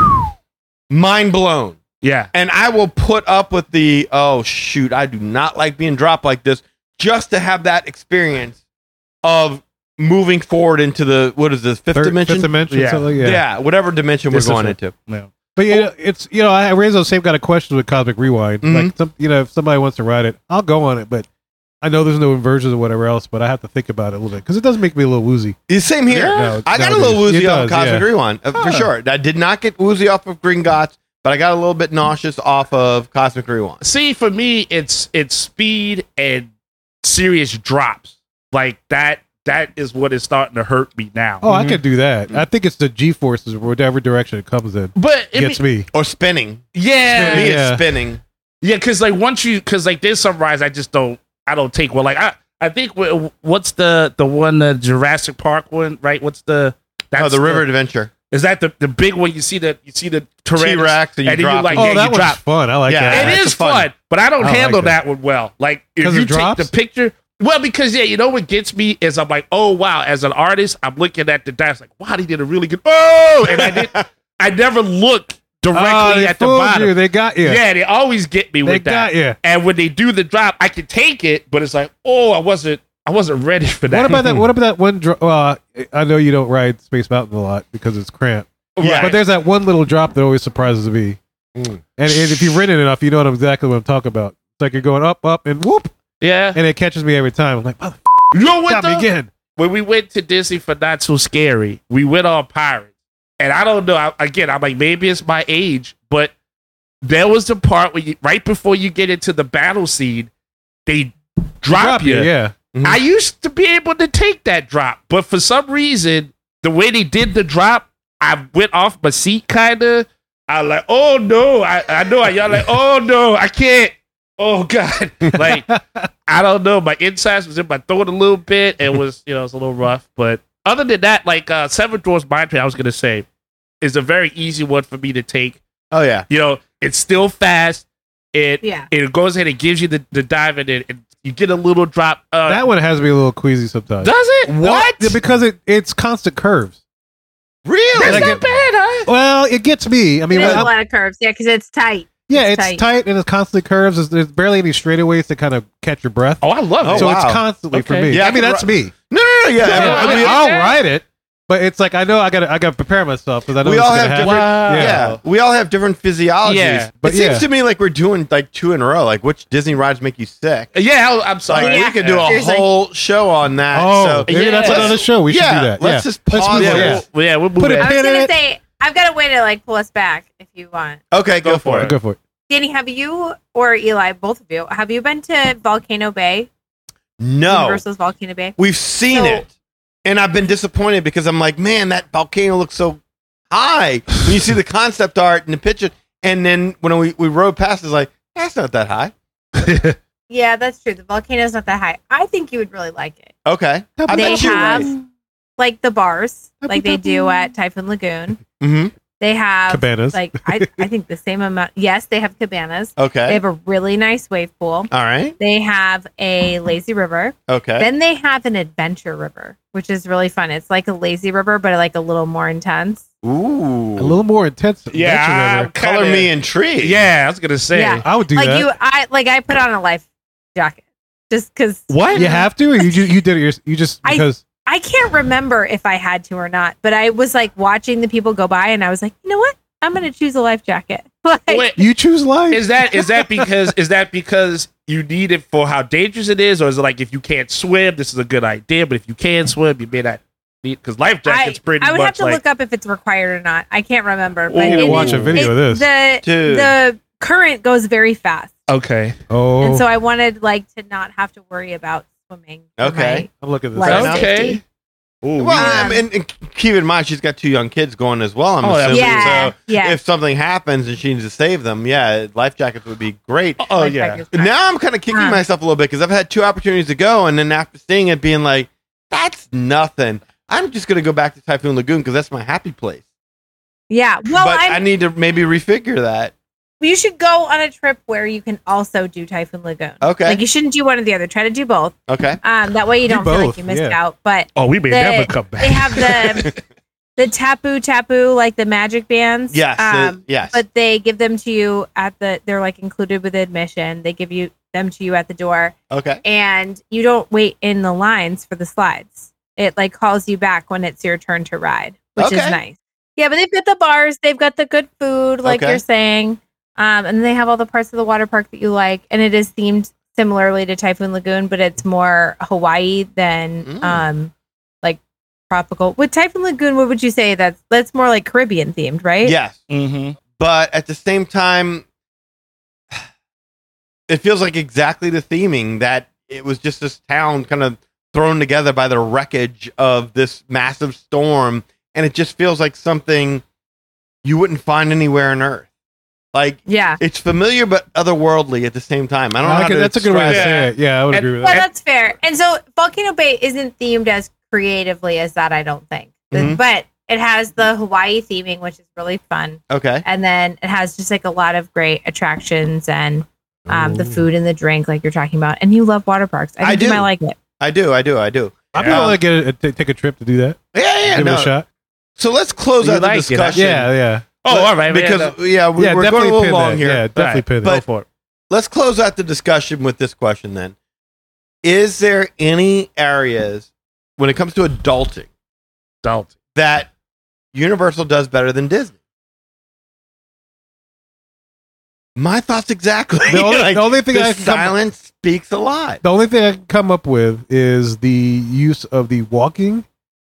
Speaker 3: mind blown.
Speaker 4: yeah,
Speaker 3: And I will put up with the oh shoot, I do not like being dropped like this, just to have that experience of moving forward into the what is this fifth
Speaker 2: Third-
Speaker 3: dimension?
Speaker 2: Fifth dimension.
Speaker 4: Yeah.
Speaker 2: something like-
Speaker 3: yeah.
Speaker 2: yeah.
Speaker 3: whatever dimension
Speaker 4: This is
Speaker 3: we're going
Speaker 4: a-
Speaker 3: into.
Speaker 4: no.
Speaker 2: But you know, it's you know, I raise those same kind of questions with Cosmic Rewind.
Speaker 4: Mm-hmm.
Speaker 3: Mhm.
Speaker 2: Like, some, you know, if somebody wants to ride it, I'll go on it. But I know there's no inversions or whatever else. But I have to think about it a little bit because it does make me a little woozy.
Speaker 3: The same here.
Speaker 2: Yeah.
Speaker 3: I got
Speaker 2: Nowadays.
Speaker 3: a little woozy
Speaker 2: It
Speaker 3: off
Speaker 2: does,
Speaker 3: of Cosmic
Speaker 2: yeah.
Speaker 3: Rewind uh, for
Speaker 2: Huh.
Speaker 3: sure. I did not get woozy off of Green Gots, but I got a little bit nauseous off of Cosmic Rewind.
Speaker 4: See, for me, it's it's speed and serious drops like that. That is what is starting to hurt me now.
Speaker 2: Oh, I could do that.
Speaker 4: Mm-hmm.
Speaker 2: I think it's the G forces, whatever direction it comes in,
Speaker 4: but it
Speaker 2: gets
Speaker 4: be-
Speaker 2: me.
Speaker 3: Or spinning. For
Speaker 4: yeah,
Speaker 3: me,
Speaker 2: Yeah.
Speaker 3: it's spinning. Oh,
Speaker 4: Yeah, because like once you, because like there's some rides I just don't, I don't take. Well, like I, I think wh- what's the the one the Jurassic Park one, right? What's the
Speaker 3: oh, the River Adventure.
Speaker 4: is that the the big one? You see the you see the
Speaker 3: T
Speaker 4: Tyrannosaurus.
Speaker 3: Rex, and you
Speaker 4: and then you
Speaker 3: drop.
Speaker 4: like-
Speaker 3: it.
Speaker 2: Oh,
Speaker 4: yeah,
Speaker 2: that
Speaker 4: you
Speaker 2: one's
Speaker 4: drop.
Speaker 2: fun. I like
Speaker 3: Yeah,
Speaker 2: that.
Speaker 4: It
Speaker 3: that's
Speaker 4: is
Speaker 3: fun.
Speaker 4: fun. but I don't
Speaker 2: I like
Speaker 4: handle
Speaker 2: that.
Speaker 4: that one well. Like if
Speaker 2: 'Cause
Speaker 4: you
Speaker 2: it
Speaker 4: take
Speaker 2: drops?
Speaker 4: the picture, well, because yeah, you know what gets me is I'm like, oh wow, as an artist, I'm looking at the dice like, wow, he did a really good. Oh, and I did.
Speaker 2: <laughs>
Speaker 4: I never look
Speaker 2: Oh,
Speaker 4: directly
Speaker 2: they
Speaker 4: at the
Speaker 2: fooled
Speaker 4: bottom.
Speaker 2: you. They got you.
Speaker 4: yeah. they always get me
Speaker 2: they
Speaker 4: with that.
Speaker 2: got you.
Speaker 4: And when they do the drop, I can take it, but it's like, oh, I wasn't, I wasn't ready for that.
Speaker 2: What about
Speaker 4: <laughs>
Speaker 2: that? What about that one? Dro- uh, I know you don't ride Space Mountain a lot because it's cramped.
Speaker 4: <laughs> Yeah,
Speaker 2: But there's that one little drop that always surprises me.
Speaker 3: Mm.
Speaker 2: And, and if you've ridden it enough, you know what I'm- exactly what I'm talking about. It's like you're going up, up, and whoop, <laughs>
Speaker 4: yeah.
Speaker 2: and it catches me every time. I'm like, mother
Speaker 4: You know what?
Speaker 2: got me
Speaker 4: Though?
Speaker 2: again.
Speaker 4: when we went to Disney for Not So Scary, we went on Pirates, and I don't know. I, again, I'm like, maybe it's my age, but there was the part where you, right before you get into the battle scene, they drop,
Speaker 2: Drop
Speaker 4: you.
Speaker 2: you, yeah.
Speaker 3: Mhm.
Speaker 4: I used to be able to take that drop, but for some reason, the way they did the drop, I went off my seat kind of. I like, oh no, I, I know I y'all like, oh no, I can't. Oh God. <laughs> Like, I don't know. My insides was in my throat a little bit. It was, you know, it was a little rough. But other than that, like uh Seven Dwarfs Mine Train, I was gonna say, is a very easy one for me to take.
Speaker 3: oh, yeah.
Speaker 4: You know, it's still fast. It
Speaker 7: Yeah.
Speaker 4: it goes ahead and gives you the, the dive and it and you get a little drop. Uh,
Speaker 2: That one has me a little queasy sometimes.
Speaker 4: does it? Oh, What?
Speaker 2: Yeah, because it, it's constant curves.
Speaker 3: Really?
Speaker 2: Like it-
Speaker 4: bad, huh?
Speaker 2: well, it gets me. I mean,
Speaker 7: There's
Speaker 2: when I'm-
Speaker 7: a lot of curves. Yeah, because it's tight.
Speaker 2: yeah, it's
Speaker 7: it's
Speaker 2: tight. and it's constantly curves. There's, there's barely any straightaways to kind of catch your breath.
Speaker 4: Oh, I love
Speaker 3: Oh,
Speaker 4: it.
Speaker 2: so
Speaker 3: wow.
Speaker 2: it's constantly for
Speaker 4: Okay.
Speaker 2: me.
Speaker 3: Yeah,
Speaker 2: I
Speaker 3: I
Speaker 2: mean,
Speaker 3: can
Speaker 2: that's
Speaker 3: ru-
Speaker 2: me.
Speaker 3: No, no, no. Yeah.
Speaker 4: Yeah,
Speaker 3: I
Speaker 2: I
Speaker 3: mean,
Speaker 2: mean,
Speaker 4: yeah.
Speaker 2: I'll ride it, but it's like I know I gotta I gotta prepare myself because I know
Speaker 3: We
Speaker 2: it's
Speaker 3: all
Speaker 2: gonna
Speaker 3: have
Speaker 2: happen.
Speaker 3: different-
Speaker 4: Wow.
Speaker 3: yeah.
Speaker 2: Yeah.
Speaker 3: we all have different physiologies.
Speaker 4: Yeah,
Speaker 3: but
Speaker 2: but
Speaker 3: it seems
Speaker 2: yeah.
Speaker 3: to me like we're doing like two in a row. Like, which Disney rides make you sick?
Speaker 4: Yeah, I- I'm
Speaker 3: Like,
Speaker 4: sorry.
Speaker 3: we could do a
Speaker 7: Seriously.
Speaker 3: whole show on that.
Speaker 2: Oh,
Speaker 3: so,
Speaker 2: maybe that's
Speaker 4: Yeah.
Speaker 2: another show. We should
Speaker 3: yeah,
Speaker 2: do that.
Speaker 3: Let's
Speaker 2: yeah.
Speaker 3: just pause.
Speaker 2: move
Speaker 3: it.
Speaker 2: on.
Speaker 4: yeah, we'll, yeah, we'll move
Speaker 2: Put it
Speaker 4: that.
Speaker 7: I was
Speaker 2: Pin
Speaker 7: gonna
Speaker 2: it.
Speaker 7: say I've got a way to like pull us back if you want.
Speaker 3: Okay, go,
Speaker 4: Go
Speaker 3: for
Speaker 4: for
Speaker 3: it.
Speaker 2: Go for it.
Speaker 7: Danny, have you or Eli, both of you, have you been to Volcano Bay?
Speaker 3: No,
Speaker 7: Universal's Volcano Bay.
Speaker 3: we've seen
Speaker 7: So-
Speaker 3: it, and I've been disappointed because I'm like, man, that volcano looks so high. when you see the concept art and the picture, and then when we, we rode past, it's like that's not that high.
Speaker 7: Yeah, that's true. The volcano's not that high. I think you would really like it.
Speaker 3: Okay, I
Speaker 7: They
Speaker 3: bet you
Speaker 7: have
Speaker 3: would.
Speaker 7: like the bars, like they do at Typhoon Lagoon.
Speaker 3: Mhm.
Speaker 7: They have
Speaker 2: Cabanas.
Speaker 7: like I, I think the same amount. Yes, they have cabanas. They
Speaker 3: Okay.
Speaker 7: have a really nice wave pool.
Speaker 3: All right.
Speaker 7: They have a lazy river.
Speaker 3: Okay.
Speaker 7: Then they have an adventure river, which is really fun. It's like a lazy river, but like a little more intense.
Speaker 3: Ooh.
Speaker 2: a little more intense.
Speaker 4: Yeah,
Speaker 2: adventure over there.
Speaker 3: Color
Speaker 4: kinda-
Speaker 3: me intrigued.
Speaker 4: Yeah, I was gonna say.
Speaker 7: Yeah.
Speaker 2: I would do
Speaker 7: like
Speaker 2: that.
Speaker 7: you, I like I put on a life jacket just because
Speaker 4: What?
Speaker 2: You have to, or you just you did it. yours- You just
Speaker 7: I-
Speaker 2: because
Speaker 7: I can't remember if I had to or not. But I was like watching the people go by, and I was like, you know what? I'm gonna choose a life jacket. <laughs> Like,
Speaker 4: Wait,
Speaker 2: you choose life.
Speaker 4: is that is that because is that because you need it for how dangerous it is, or is it like if you can't swim, this is a good idea, but if you can swim, you may not need because life jackets pretty
Speaker 7: I would
Speaker 4: much
Speaker 7: have to
Speaker 4: like
Speaker 7: look up if it's required or not. I can't remember.
Speaker 4: Ooh.
Speaker 2: I need
Speaker 7: it
Speaker 2: to
Speaker 7: is-
Speaker 2: watch a
Speaker 4: it-
Speaker 2: video of this.
Speaker 7: The
Speaker 3: Dude.
Speaker 7: the current goes very fast,
Speaker 4: okay.
Speaker 2: oh,
Speaker 7: and so I wanted like to not have to worry about swimming. for
Speaker 3: Okay.
Speaker 2: I'll look at this.
Speaker 7: my
Speaker 3: Fair
Speaker 7: life
Speaker 3: enough.
Speaker 7: safety.
Speaker 4: Ooh,
Speaker 3: Well,
Speaker 4: we-
Speaker 3: I mean, and keep in mind she's got two young kids going as well. I'm
Speaker 4: Oh,
Speaker 3: assuming.
Speaker 7: Yeah,
Speaker 3: So
Speaker 7: yeah.
Speaker 3: if something happens and she needs to save them, yeah, life jackets would be great.
Speaker 4: oh
Speaker 7: Life
Speaker 4: yeah.
Speaker 7: jacket's fine.
Speaker 3: Now I'm kind of kicking
Speaker 7: Uh.
Speaker 3: myself a little bit because I've had two opportunities to go, and then after seeing it, being like, "That's nothing." I'm just gonna go back to Typhoon Lagoon because that's my happy place.
Speaker 7: Yeah. Well,
Speaker 3: but
Speaker 7: I'm,
Speaker 3: I need to maybe refigure that.
Speaker 7: you should go on a trip where you can also do Typhoon Lagoon.
Speaker 3: Okay.
Speaker 7: Like you shouldn't do one or the other. Try to do both.
Speaker 3: Okay.
Speaker 7: Um, that way you
Speaker 2: Do
Speaker 7: don't feel
Speaker 2: both,
Speaker 7: like you missed
Speaker 2: yeah.
Speaker 7: out. But
Speaker 4: Oh, we may
Speaker 7: They-
Speaker 4: never come
Speaker 7: they
Speaker 4: back.
Speaker 3: <laughs>
Speaker 7: have the the tapu tapu like the magic bands.
Speaker 3: Yes. uh,
Speaker 7: Um,
Speaker 3: yes.
Speaker 7: but they give them to you at the. They're like included with admission. They give you them to you at the door,
Speaker 3: okay.
Speaker 7: and you don't wait in the lines for the slides. It like calls you back when it's your turn to ride, which is
Speaker 3: Okay.
Speaker 7: nice. Yeah, but they've got the bars. They've got the good food, like
Speaker 3: Okay.
Speaker 7: you're saying. Um, and they have all the parts of the water park that you like, and it is themed similarly to Typhoon Lagoon, but it's more Hawaii than
Speaker 3: Mm.
Speaker 7: um, like tropical. With Typhoon Lagoon, what would you say that's that's more like Caribbean themed, right?
Speaker 3: Yes.
Speaker 4: <laughs> mm-hmm.
Speaker 3: but at the same time it feels like exactly the theming that it was just this town kind of thrown together by the wreckage of this massive storm and it just feels like something you wouldn't find anywhere on earth like
Speaker 7: Yeah.
Speaker 3: it's familiar but otherworldly at the same time i don't know
Speaker 2: I
Speaker 3: how
Speaker 2: can-
Speaker 3: to
Speaker 2: that's a good way to
Speaker 4: describe
Speaker 2: say
Speaker 4: it.
Speaker 2: it. Yeah, I would
Speaker 4: And-
Speaker 2: agree with
Speaker 7: Well,
Speaker 2: that.
Speaker 7: that's fair. And so Volcano Bay isn't themed as creatively as that, I don't think.
Speaker 3: Mhm.
Speaker 7: But it has the Hawaii theming, which is really fun.
Speaker 3: okay
Speaker 7: And then it has just like a lot of great attractions and um, the food and the drink, like you're talking about. And you love water parks. I,
Speaker 3: I
Speaker 7: think you
Speaker 3: do.
Speaker 7: might like it.
Speaker 3: i do i do i do
Speaker 2: I'm
Speaker 4: Yeah.
Speaker 2: gonna like, get a, t- take a trip to do that.
Speaker 3: yeah yeah
Speaker 2: Give it a
Speaker 3: no.
Speaker 2: shot.
Speaker 3: so let's close
Speaker 4: You
Speaker 3: out
Speaker 4: like
Speaker 3: the
Speaker 4: it, huh?
Speaker 3: discussion
Speaker 2: Yeah, yeah,
Speaker 4: Oh, all right.
Speaker 3: because
Speaker 4: man,
Speaker 3: yeah, we,
Speaker 2: yeah.
Speaker 3: are going
Speaker 2: definitely
Speaker 3: a little
Speaker 2: pin
Speaker 3: long
Speaker 2: that.
Speaker 3: here
Speaker 2: Yeah, definitely
Speaker 4: Alright.
Speaker 2: pin that.
Speaker 3: But-
Speaker 4: go for it.
Speaker 3: let's close out the discussion with this question then. Is there any areas when it comes to adulting
Speaker 4: Don't.
Speaker 3: that Universal does better than Disney? My thoughts exactly.
Speaker 2: The only,
Speaker 3: <laughs> Like,
Speaker 2: the only thing
Speaker 3: the
Speaker 2: I can come,
Speaker 3: silence speaks a lot.
Speaker 2: the only thing I can come up with is the use of the walking,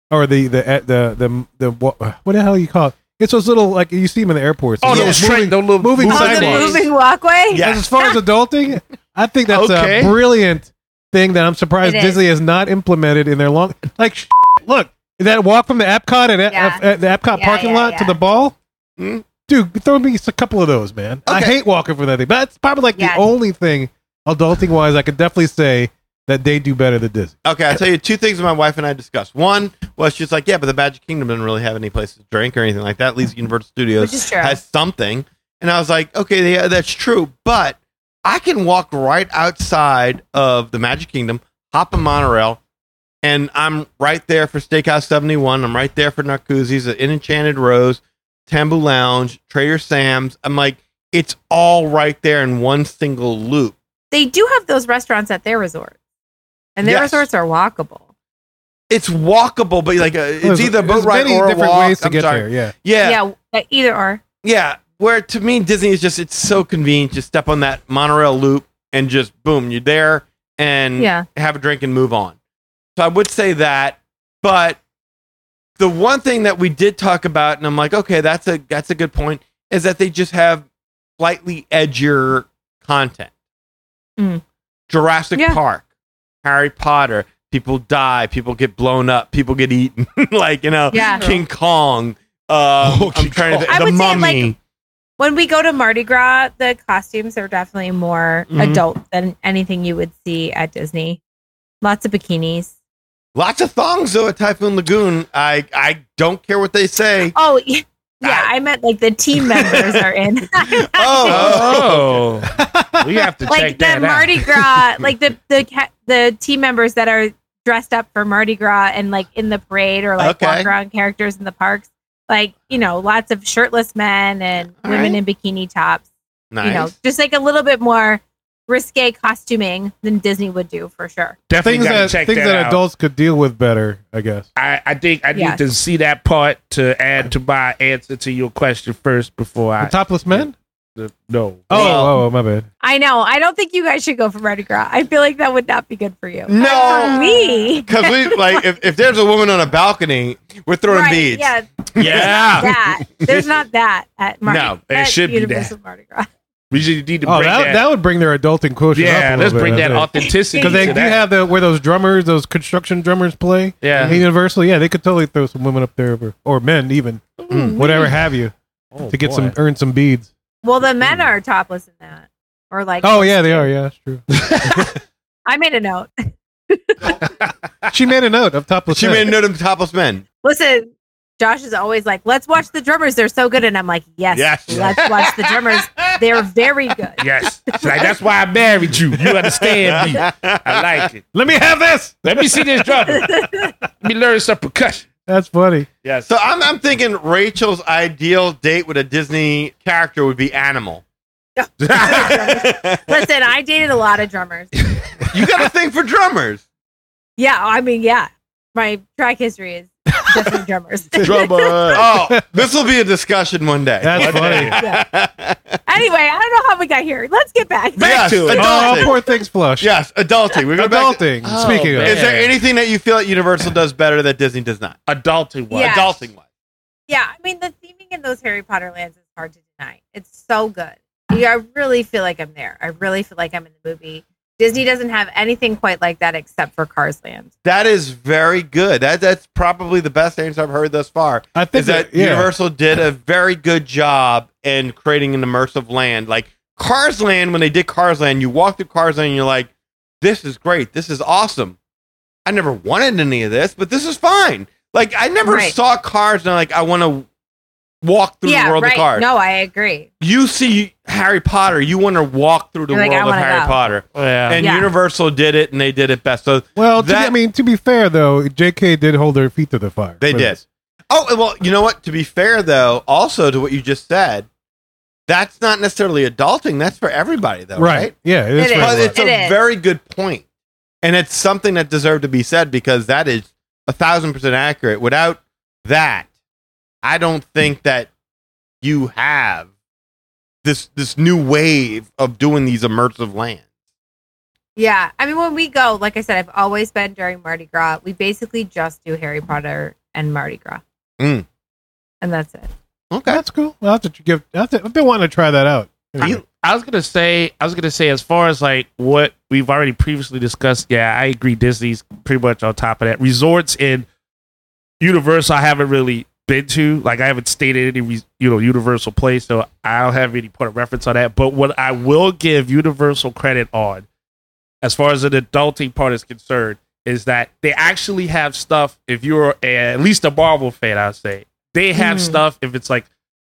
Speaker 2: or the the the the the, the wa- what the hell you call it? It's those little like you see them in the airports.
Speaker 4: Oh,
Speaker 2: It's
Speaker 4: no,
Speaker 2: those
Speaker 4: straight,
Speaker 2: moving-
Speaker 4: no little
Speaker 2: moving
Speaker 7: Oh, the
Speaker 2: Sidewalks.
Speaker 7: moving walkway?
Speaker 3: Yeah.
Speaker 2: As far
Speaker 7: <laughs>
Speaker 2: as adulting, I think that's
Speaker 4: Okay.
Speaker 2: a brilliant thing that I'm surprised
Speaker 7: It is.
Speaker 2: Disney has not implemented in their long. Like, sh- look that walk from the Epcot and
Speaker 7: Yeah.
Speaker 2: at the Epcot
Speaker 7: Yeah,
Speaker 2: parking
Speaker 7: yeah,
Speaker 2: lot to
Speaker 7: yeah.
Speaker 2: the ball.
Speaker 3: Hmm?
Speaker 2: Dude, throw me a couple of those, man. I
Speaker 3: Okay.
Speaker 2: hate walking from that thing, but that's probably like
Speaker 7: Yeah.
Speaker 2: the only thing adulting wise I could definitely say that they do better than Disney.
Speaker 3: Okay, I'll tell you two things my wife and I discussed. One was she's like, Yeah, but the Magic Kingdom doesn't really have any place to drink or anything like that. At least Universal Studios
Speaker 7: Which is true.
Speaker 3: has something. And I was like, Okay, yeah, that's true. But I can walk right outside of the Magic Kingdom, hop a monorail, and I'm right there for Steakhouse 71. I'm right there for Narcoozies, in Enchanted Rose, Tambu Lounge, Trader Sam's. I'm like, It's all right there in one single loop.
Speaker 7: They do have those restaurants at their resort. And their
Speaker 3: Yes.
Speaker 7: resorts are walkable.
Speaker 3: It's walkable, but like a, it's
Speaker 2: There's-
Speaker 3: either a boat
Speaker 2: there's
Speaker 3: ride
Speaker 2: many
Speaker 3: or a
Speaker 2: different
Speaker 3: walk.
Speaker 2: ways to
Speaker 3: I'm
Speaker 2: get
Speaker 3: sorry.
Speaker 2: there. Yeah,
Speaker 3: Yeah, yeah,
Speaker 7: Yeah. either or.
Speaker 3: Where to me, Disney is just it's so convenient. Just step on that monorail loop and just boom, you're there and
Speaker 7: Yeah.
Speaker 3: have a drink and move on. So I would say that, but the one thing that we did talk about, and I'm like, okay, that's a that's a good point, is that they just have slightly edgier content.
Speaker 7: Mm.
Speaker 3: Jurassic
Speaker 7: Yeah.
Speaker 3: Park, Harry Potter, people die, people get blown up, people get eaten, <laughs> like you know,
Speaker 7: Yeah.
Speaker 3: King Kong. Um,
Speaker 4: Oh,
Speaker 3: I'm trying to
Speaker 4: Kong.
Speaker 3: think.
Speaker 7: I
Speaker 3: The
Speaker 7: would say, like,
Speaker 3: mummy.
Speaker 7: when we go to Mardi Gras, the costumes are definitely more
Speaker 3: Mhm.
Speaker 7: adult than anything you would see at Disney. Lots of bikinis. <laughs>
Speaker 3: Lots of thongs though at Typhoon Lagoon. I I don't care what they say.
Speaker 7: Oh, yeah. Yeah, I meant like the team members are in.
Speaker 3: Oh.
Speaker 4: we have to
Speaker 7: <laughs> like
Speaker 4: check
Speaker 7: the
Speaker 4: that
Speaker 7: Mardi
Speaker 4: out.
Speaker 7: Gras, like the the ca- the team members that are dressed up for Mardi Gras and like in the parade or like
Speaker 3: Okay.
Speaker 7: walk around characters in the parks. Like you know, lots of shirtless men and
Speaker 3: All
Speaker 7: women
Speaker 3: right.
Speaker 7: in bikini tops.
Speaker 3: nice.
Speaker 7: You know, just like a little bit more risque costuming than Disney would do for sure.
Speaker 4: Definitely
Speaker 2: things
Speaker 4: gotta
Speaker 2: that
Speaker 4: check
Speaker 2: things that,
Speaker 4: that, out.
Speaker 2: adults could deal with better, I guess.
Speaker 4: I, I think I
Speaker 7: Yes.
Speaker 4: need to see that part to add to my answer to your question first before I
Speaker 2: The topless men?
Speaker 4: the,
Speaker 2: <laughs>
Speaker 4: no.
Speaker 2: Oh,
Speaker 3: Well-
Speaker 2: oh, my bad.
Speaker 7: I know. I don't think you guys should go for Mardi Gras. I feel like that would not be good for you.
Speaker 3: No.
Speaker 7: For me.
Speaker 3: Because
Speaker 4: <laughs>
Speaker 3: we like if, if there's a woman on a balcony, we're throwing
Speaker 7: Right,
Speaker 3: beads.
Speaker 7: Yeah,
Speaker 4: Yeah.
Speaker 7: that. There's not that at Mardi
Speaker 3: No,
Speaker 4: it
Speaker 7: at
Speaker 4: should be
Speaker 7: Universal Mardi Gras.
Speaker 4: we just need to
Speaker 2: Oh,
Speaker 4: bring
Speaker 2: that,
Speaker 4: that.
Speaker 2: that would bring their adulting quotient up a
Speaker 4: yeah,
Speaker 2: little
Speaker 4: let's
Speaker 2: bit,
Speaker 4: bring
Speaker 2: I
Speaker 4: that
Speaker 2: think.
Speaker 4: authenticity.
Speaker 2: Because they
Speaker 4: to
Speaker 2: do
Speaker 4: that.
Speaker 2: have the where those drummers, those construction drummers play.
Speaker 3: Yeah.
Speaker 2: in Universal, yeah, they could totally throw some women up there or, or men even,
Speaker 3: Mm.
Speaker 2: Mm. whatever have you,
Speaker 4: Oh,
Speaker 2: to get
Speaker 4: boy.
Speaker 2: some earn some beads.
Speaker 7: Well, the men are topless in that, or like.
Speaker 2: Oh yeah, they are. Yeah, that's
Speaker 3: <laughs>
Speaker 2: true.
Speaker 7: I made a note. <laughs>
Speaker 2: she made a note of topless.
Speaker 3: She
Speaker 2: men.
Speaker 3: made a note of topless men. <laughs>
Speaker 7: Listen, Josh is always like, "Let's watch the drummers. They're so good," and I'm like, "Yes,
Speaker 4: Yes.
Speaker 7: let's watch the drummers. They're very good."
Speaker 4: Yes. She's like,
Speaker 2: <laughs>
Speaker 4: that's why I married you. You understand me. I like it.
Speaker 2: Let me have this.
Speaker 4: Let me see this drum. Let me learn some percussion.
Speaker 2: That's funny.
Speaker 4: Yes.
Speaker 3: So I'm I'm thinking Rachel's ideal date with a Disney character would be
Speaker 4: <laughs>
Speaker 3: animal. you got
Speaker 7: Listen, I dated a lot of drummers.
Speaker 3: a thing for drummers.
Speaker 7: Yeah, I mean, yeah, my track history is definitely drummers.
Speaker 2: <laughs>
Speaker 4: drummer.
Speaker 3: Oh, this will be a discussion one day.
Speaker 2: That's funny.
Speaker 7: anyway, I don't know how we got here. Let's get back.
Speaker 4: <laughs>
Speaker 3: yes,
Speaker 4: to it.
Speaker 2: Oh,
Speaker 3: adulting.
Speaker 2: poor things flush.
Speaker 3: yes, adulting. We're going back to- Oh,
Speaker 2: adulting. Speaking
Speaker 4: man.
Speaker 2: of,
Speaker 3: Is there anything that you feel that Universal does better that Disney does not?
Speaker 4: Adulting one.
Speaker 7: Yeah.
Speaker 3: Adulting wise.
Speaker 7: Yeah, I mean the theming in those Harry Potter lands is hard to deny. It's so good. Yeah, I really feel like I'm there. I really feel like I'm in the movie. Disney doesn't have anything quite like that except for Cars Land.
Speaker 3: That is very good. That that's probably the best answer I've heard thus far.
Speaker 2: I think
Speaker 3: is that
Speaker 2: yeah.
Speaker 3: Universal did a very good job in creating an immersive land. Like Cars Land, when they did Cars Land, you walk through Cars Land and you're like, this is great. This is awesome. I never wanted any of this, but this is fine. Like I never
Speaker 7: Right.
Speaker 3: saw cars and I'm like I want to walk through the world of cars.
Speaker 7: No, I agree.
Speaker 3: You see Harry Potter, you want to walk through the
Speaker 7: You're like,
Speaker 3: world
Speaker 7: "I
Speaker 3: of
Speaker 7: wanna
Speaker 3: Harry
Speaker 7: go."
Speaker 3: Potter.
Speaker 4: Yeah.
Speaker 3: And
Speaker 7: Yeah.
Speaker 3: Universal did it and they did it best. So
Speaker 2: Well, to be-
Speaker 3: that-
Speaker 2: I mean, to be fair though, J.K. did hold their feet to the fire.
Speaker 3: They
Speaker 2: for
Speaker 3: did.
Speaker 2: this.
Speaker 3: Oh, and well, you know what? To be fair, though, also to what you just said, that's not necessarily adulting. That's for everybody, though,
Speaker 2: Right.
Speaker 3: right?
Speaker 2: Yeah, it is. for
Speaker 7: It is.
Speaker 3: But
Speaker 2: everyone.
Speaker 3: it's a
Speaker 7: It is.
Speaker 3: very good point, and it's something that deserved to be said because that is a thousand percent accurate. Without that, I don't think that you have this this new wave of doing these immersive lands.
Speaker 7: Yeah. I mean when we go, like I said, I've always been during Mardi Gras. We basically just do Harry Potter and Mardi Gras.
Speaker 3: Mm.
Speaker 7: And that's it.
Speaker 3: Okay,
Speaker 2: That's cool. I'll have to give. I'll have to, I've been wanting to try that out.
Speaker 4: I, I was gonna say, I was gonna say, as far as like what we've already previously discussed, yeah, I agree. Disney's pretty much on top of that. Resorts in Universal, I haven't really been to. Like, I haven't stayed at any re- you know Universal place, so I don't have any point of reference on that. But what I will give Universal credit on, as far as the adulting part is concerned, is that they actually have stuff. If you're a, at least a Marvel fan, I'd say they have
Speaker 7: Mhm.
Speaker 2: Mm-hmm.
Speaker 4: stuff. If it's like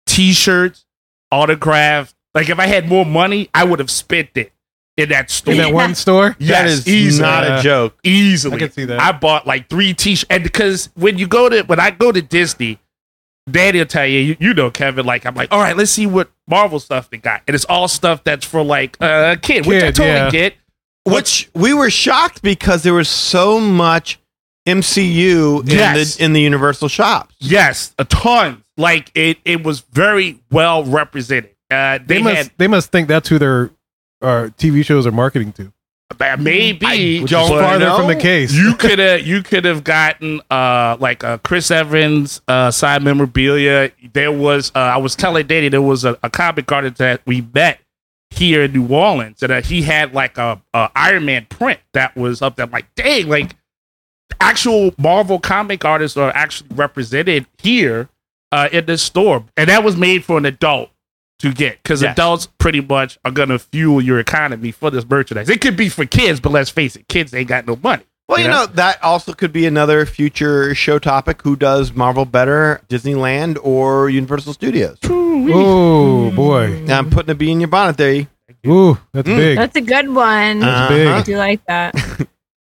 Speaker 4: T-shirts autograph. Like if I had more money, I would have spent it in that store.
Speaker 2: in that one store.
Speaker 3: that
Speaker 4: Yes,
Speaker 3: is
Speaker 4: easily.
Speaker 3: not
Speaker 2: Yeah.
Speaker 3: a joke.
Speaker 4: easily.
Speaker 2: I can see that.
Speaker 4: I bought like three t-shirts, and because when you go to when I go to Disney, Danny'll tell you, you, you know, Kevin. Like I'm like, all right, let's see what Marvel stuff they got, and it's all stuff that's for like uh, kid, which I
Speaker 2: Kid,
Speaker 4: totally
Speaker 2: yeah.
Speaker 4: get.
Speaker 3: which we were shocked because there was so much MCU
Speaker 4: Yes.
Speaker 3: in the in the Universal shops.
Speaker 4: Yes, a ton. Like it, it was very well represented. Uh,
Speaker 2: They,
Speaker 4: they,
Speaker 2: must.
Speaker 4: had
Speaker 2: they must think that's who their uh, TV shows are marketing to.
Speaker 4: uh, maybe
Speaker 3: I
Speaker 2: Which is
Speaker 3: don't
Speaker 4: but-
Speaker 2: farther
Speaker 3: know.
Speaker 2: from the case.
Speaker 4: you could have you could have gotten uh like uh Chris Evans uh side memorabilia. There was uh, I was telling Danny there was a, a comic artist that we met here in New Orleans and uh, he had like a, a Iron Man print that was up there. I'm like, dang, like actual Marvel comic artists are actually represented here uh in this store, and that was made for an adult. To get because
Speaker 3: Yes.
Speaker 4: adults pretty much are gonna fuel your economy for this merchandise. It could be for kids, but let's face it, kids ain't got no money.
Speaker 3: Well, you
Speaker 4: You
Speaker 3: know?
Speaker 4: know?
Speaker 3: that also could be another future show topic. Who does Marvel better, Disneyland or Universal Studios?
Speaker 2: Oh boy.
Speaker 3: Now I'm putting a bee in your bonnet there. you-
Speaker 2: Ooh, that's
Speaker 3: Mm.
Speaker 2: big.
Speaker 7: That's a good one.
Speaker 3: Uh-huh.
Speaker 2: That's big.
Speaker 7: I do like that.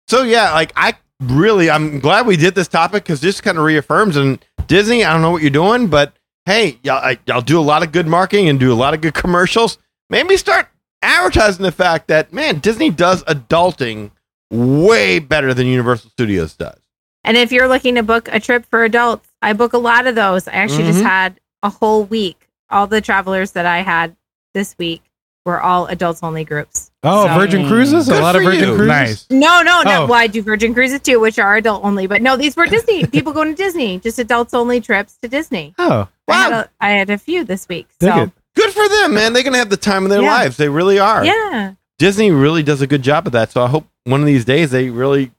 Speaker 3: So yeah, like I really, I'm glad we did this topic because this kind of reaffirms. And Disney, I don't know what you're doing, but hey, y'all, I, y'all do a lot of good marketing and do a lot of good commercials. Maybe start advertising the fact that man, Disney does adulting way better than Universal Studios does.
Speaker 7: And if you're looking to book a trip for adults, I book a lot of those. I actually just
Speaker 2: Mm-hmm.
Speaker 3: Mhm.
Speaker 7: had a whole week. All the travelers that I had this week were all adults only groups.
Speaker 2: Oh,
Speaker 7: So-
Speaker 2: Virgin Cruises? A
Speaker 3: Good
Speaker 2: lot of
Speaker 3: for
Speaker 2: Virgin
Speaker 3: you.
Speaker 2: Cruises?
Speaker 4: Nice.
Speaker 7: No, no, no.
Speaker 2: Oh.
Speaker 7: Well, I do Virgin Cruises too, which are adult only. But no, these were
Speaker 2: <laughs>
Speaker 7: Disney. People going to Disney, just adults only trips to Disney.
Speaker 2: Oh,
Speaker 7: I, had
Speaker 3: Wow.
Speaker 7: a, I had a few this week.
Speaker 2: dig
Speaker 7: so
Speaker 2: it.
Speaker 3: Good for them, man. They're gonna have the time of their
Speaker 7: Yeah.
Speaker 3: lives. They really are.
Speaker 7: yeah,
Speaker 3: Disney really does a good job of that. So I hope one of these days they really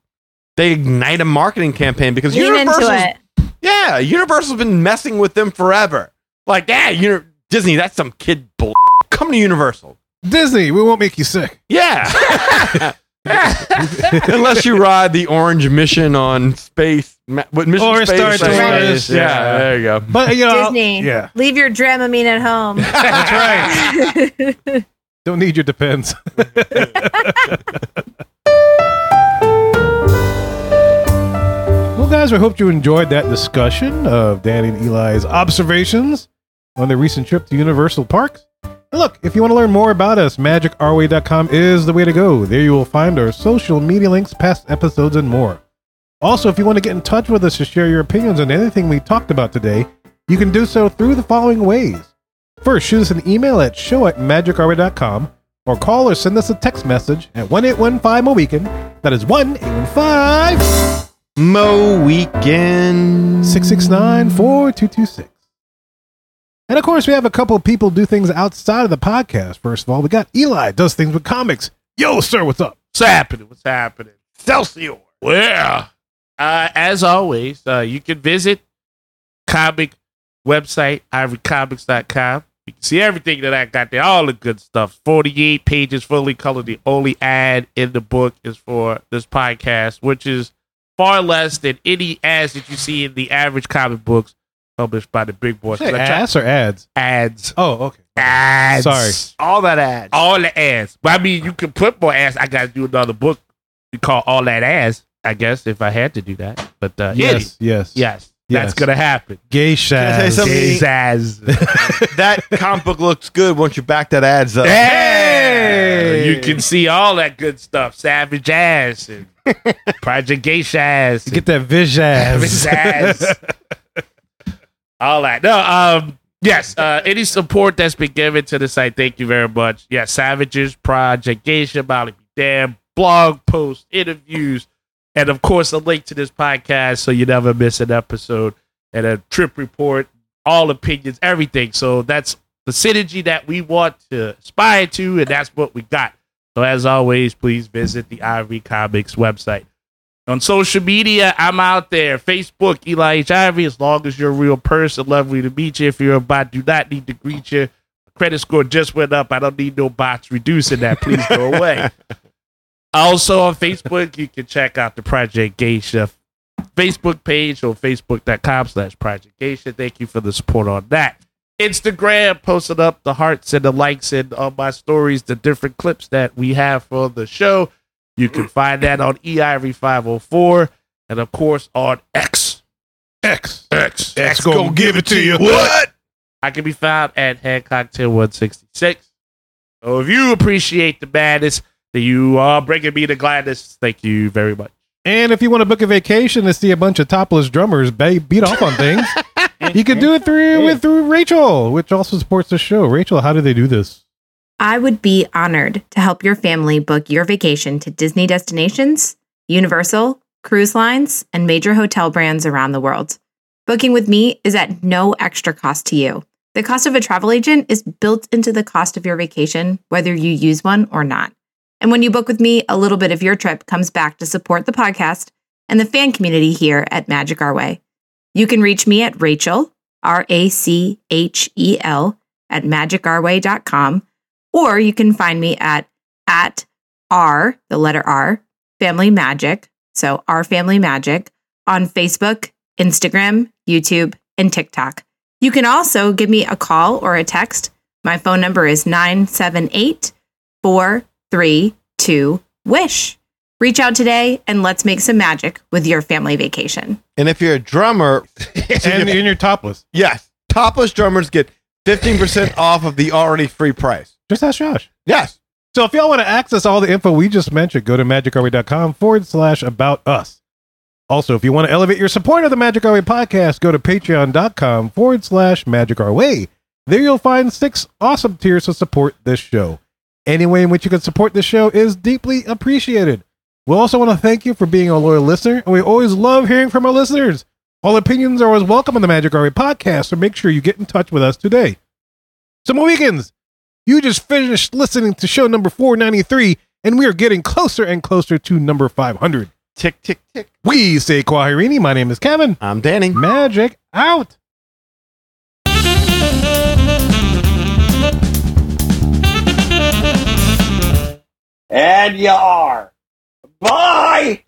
Speaker 3: they ignite a marketing campaign because
Speaker 7: lean into
Speaker 3: Universal's
Speaker 7: it.
Speaker 3: Yeah, Universal's been messing with them forever. Like, yeah, you Disney, that's some kid bull. Come to Universal.
Speaker 2: Disney, we won't make you sick.
Speaker 3: <laughs> Yeah. Unless you ride the orange mission on space, ma- what mission
Speaker 2: Or Star
Speaker 3: space?
Speaker 7: Tours.
Speaker 3: Yeah,
Speaker 2: Yeah.
Speaker 3: there you go.
Speaker 2: But, you know,
Speaker 7: Disney.
Speaker 2: yeah.
Speaker 7: Leave your Dramamine
Speaker 2: <laughs>
Speaker 7: at home.
Speaker 2: that's right. Don't need your depends. <laughs> well, guys, we hope you enjoyed that discussion of Danny and Eli's observations on their recent trip to Universal Parks. And look, if you want to learn more about us, magicourway.com is the way to go. There you will find our social media links, past episodes, and more. Also, if you want to get in touch with us to share your opinions on anything we talked about today, you can do so through the following ways. First, shoot us an email at show at magicarway.com or call or send us a text message at 1815 mo weekend. That is 1815
Speaker 3: Mo weekend.
Speaker 2: 669 4226. And of course, we have a couple of people do things outside of the podcast. First of all, we got Eli does things with comics. Yo, sir, what's up?
Speaker 4: What's happening? What's happening?
Speaker 3: Excelsior.
Speaker 4: Well, uh, as always, uh, you can visit comic website, ivorycomics.com. You can see everything that I got there, all the good stuff. 48 pages fully colored. The only ad in the book is for this podcast, which is far less than any ads that you see in the average comic books published by the big boys. 'Cause I try-
Speaker 2: ads or ads?
Speaker 4: ads.
Speaker 2: Oh, okay.
Speaker 4: Ads.
Speaker 2: Sorry.
Speaker 4: All that ads. All the ads. But I mean, you can put more ads. I got to do another book called All That Ass, I guess, if I had to do that. But uh, yes.
Speaker 2: Yes, yes.
Speaker 4: Yes.
Speaker 2: Yes.
Speaker 4: That's going to happen.
Speaker 2: Gay
Speaker 3: I tell you
Speaker 2: shaz.
Speaker 3: something?
Speaker 4: Gays ass.
Speaker 3: <laughs> that comic book looks good once you back that ads up.
Speaker 4: Hey! You can see all that good stuff. Savage ass <laughs> and Project Geisha ass. and
Speaker 2: Get that
Speaker 4: Savage
Speaker 2: vizazz.
Speaker 4: ass. <laughs> all that. No, um, yes, uh, any support that's been given to the site, thank you very much. Yeah, Savages, Project Geisha, Molly Be Damn, blog posts, interviews, and of course, a link to this podcast so you never miss an episode and a trip report, all opinions, everything. So that's the synergy that we want to aspire to, and that's what we got. So as always, please visit the Ivory Comics website. On social media, I'm out there. Facebook, Eli H. Ivory. As long as you're a real person, lovely to meet you. If you're a bot, do not need to greet you. Credit score just went up. I don't need no bots reducing that. Please go away. also on Facebook, you can check out the Project Geisha Facebook page or facebook.com slash Project Geisha. Thank you for the support on that. Instagram, posting up the hearts and the likes and on my stories, the different clips that we have for the show. You can find that on E eivory504 and of course on X.
Speaker 2: X.
Speaker 4: X.
Speaker 2: X gonna give it to you.
Speaker 3: What?
Speaker 4: I can be found at Hancock 10166. So if you appreciate the madness, then you are bringing me the gladness. Thank you very much.
Speaker 2: And if you want to book a vacation to see a bunch of topless drummers ba- beat off on things, you can do it through with through Rachel, which also supports the show. Rachel, how do they do this?
Speaker 8: I would be honored to help your family book your vacation to Disney destinations, Universal, cruise lines, and major hotel brands around the world. Booking with me is at no extra cost to you. The cost of a travel agent is built into the cost of your vacation, whether you use one or not. And when you book with me, a little bit of your trip comes back to support the podcast and the fan community here at Magic Our Way. You can reach me at Rachel, R A C H E L, at magicourway.com or you can find me at at r the letter r family magic
Speaker 7: So, Our Family Magic on Facebook, Instagram, YouTube, and TikTok. You can also give me a call or a text. My phone number is 978 432 WISH. Reach out today and let's make some magic with your family vacation.
Speaker 3: And if you're a drummer, <laughs>
Speaker 2: and, and you're topless.
Speaker 3: yes, topless drummers get 15% off of the already free price.
Speaker 2: Just ask Josh.
Speaker 3: Yes.
Speaker 2: So if y'all want to access all the info we just mentioned, go to magicarway.com forward slash about us. Also, if you want to elevate your support of the Magic Our Way podcast, go to patreon.com forward slash magic our way. There you'll find six awesome tiers to support this show. Any way in which you can support this show is deeply appreciated. We also want to thank you for being a loyal listener, and we always love hearing from our listeners. All opinions are always welcome on the Magic Our Way podcast, so make sure you get in touch with us today. Some weekends. You just finished listening to show number 493, and we are getting closer and closer to number 500.
Speaker 3: Tick, tick, tick.
Speaker 2: We say Kwahirini. My name is Kevin.
Speaker 3: I'm Danny.
Speaker 2: Magic out.
Speaker 9: And you are. Bye!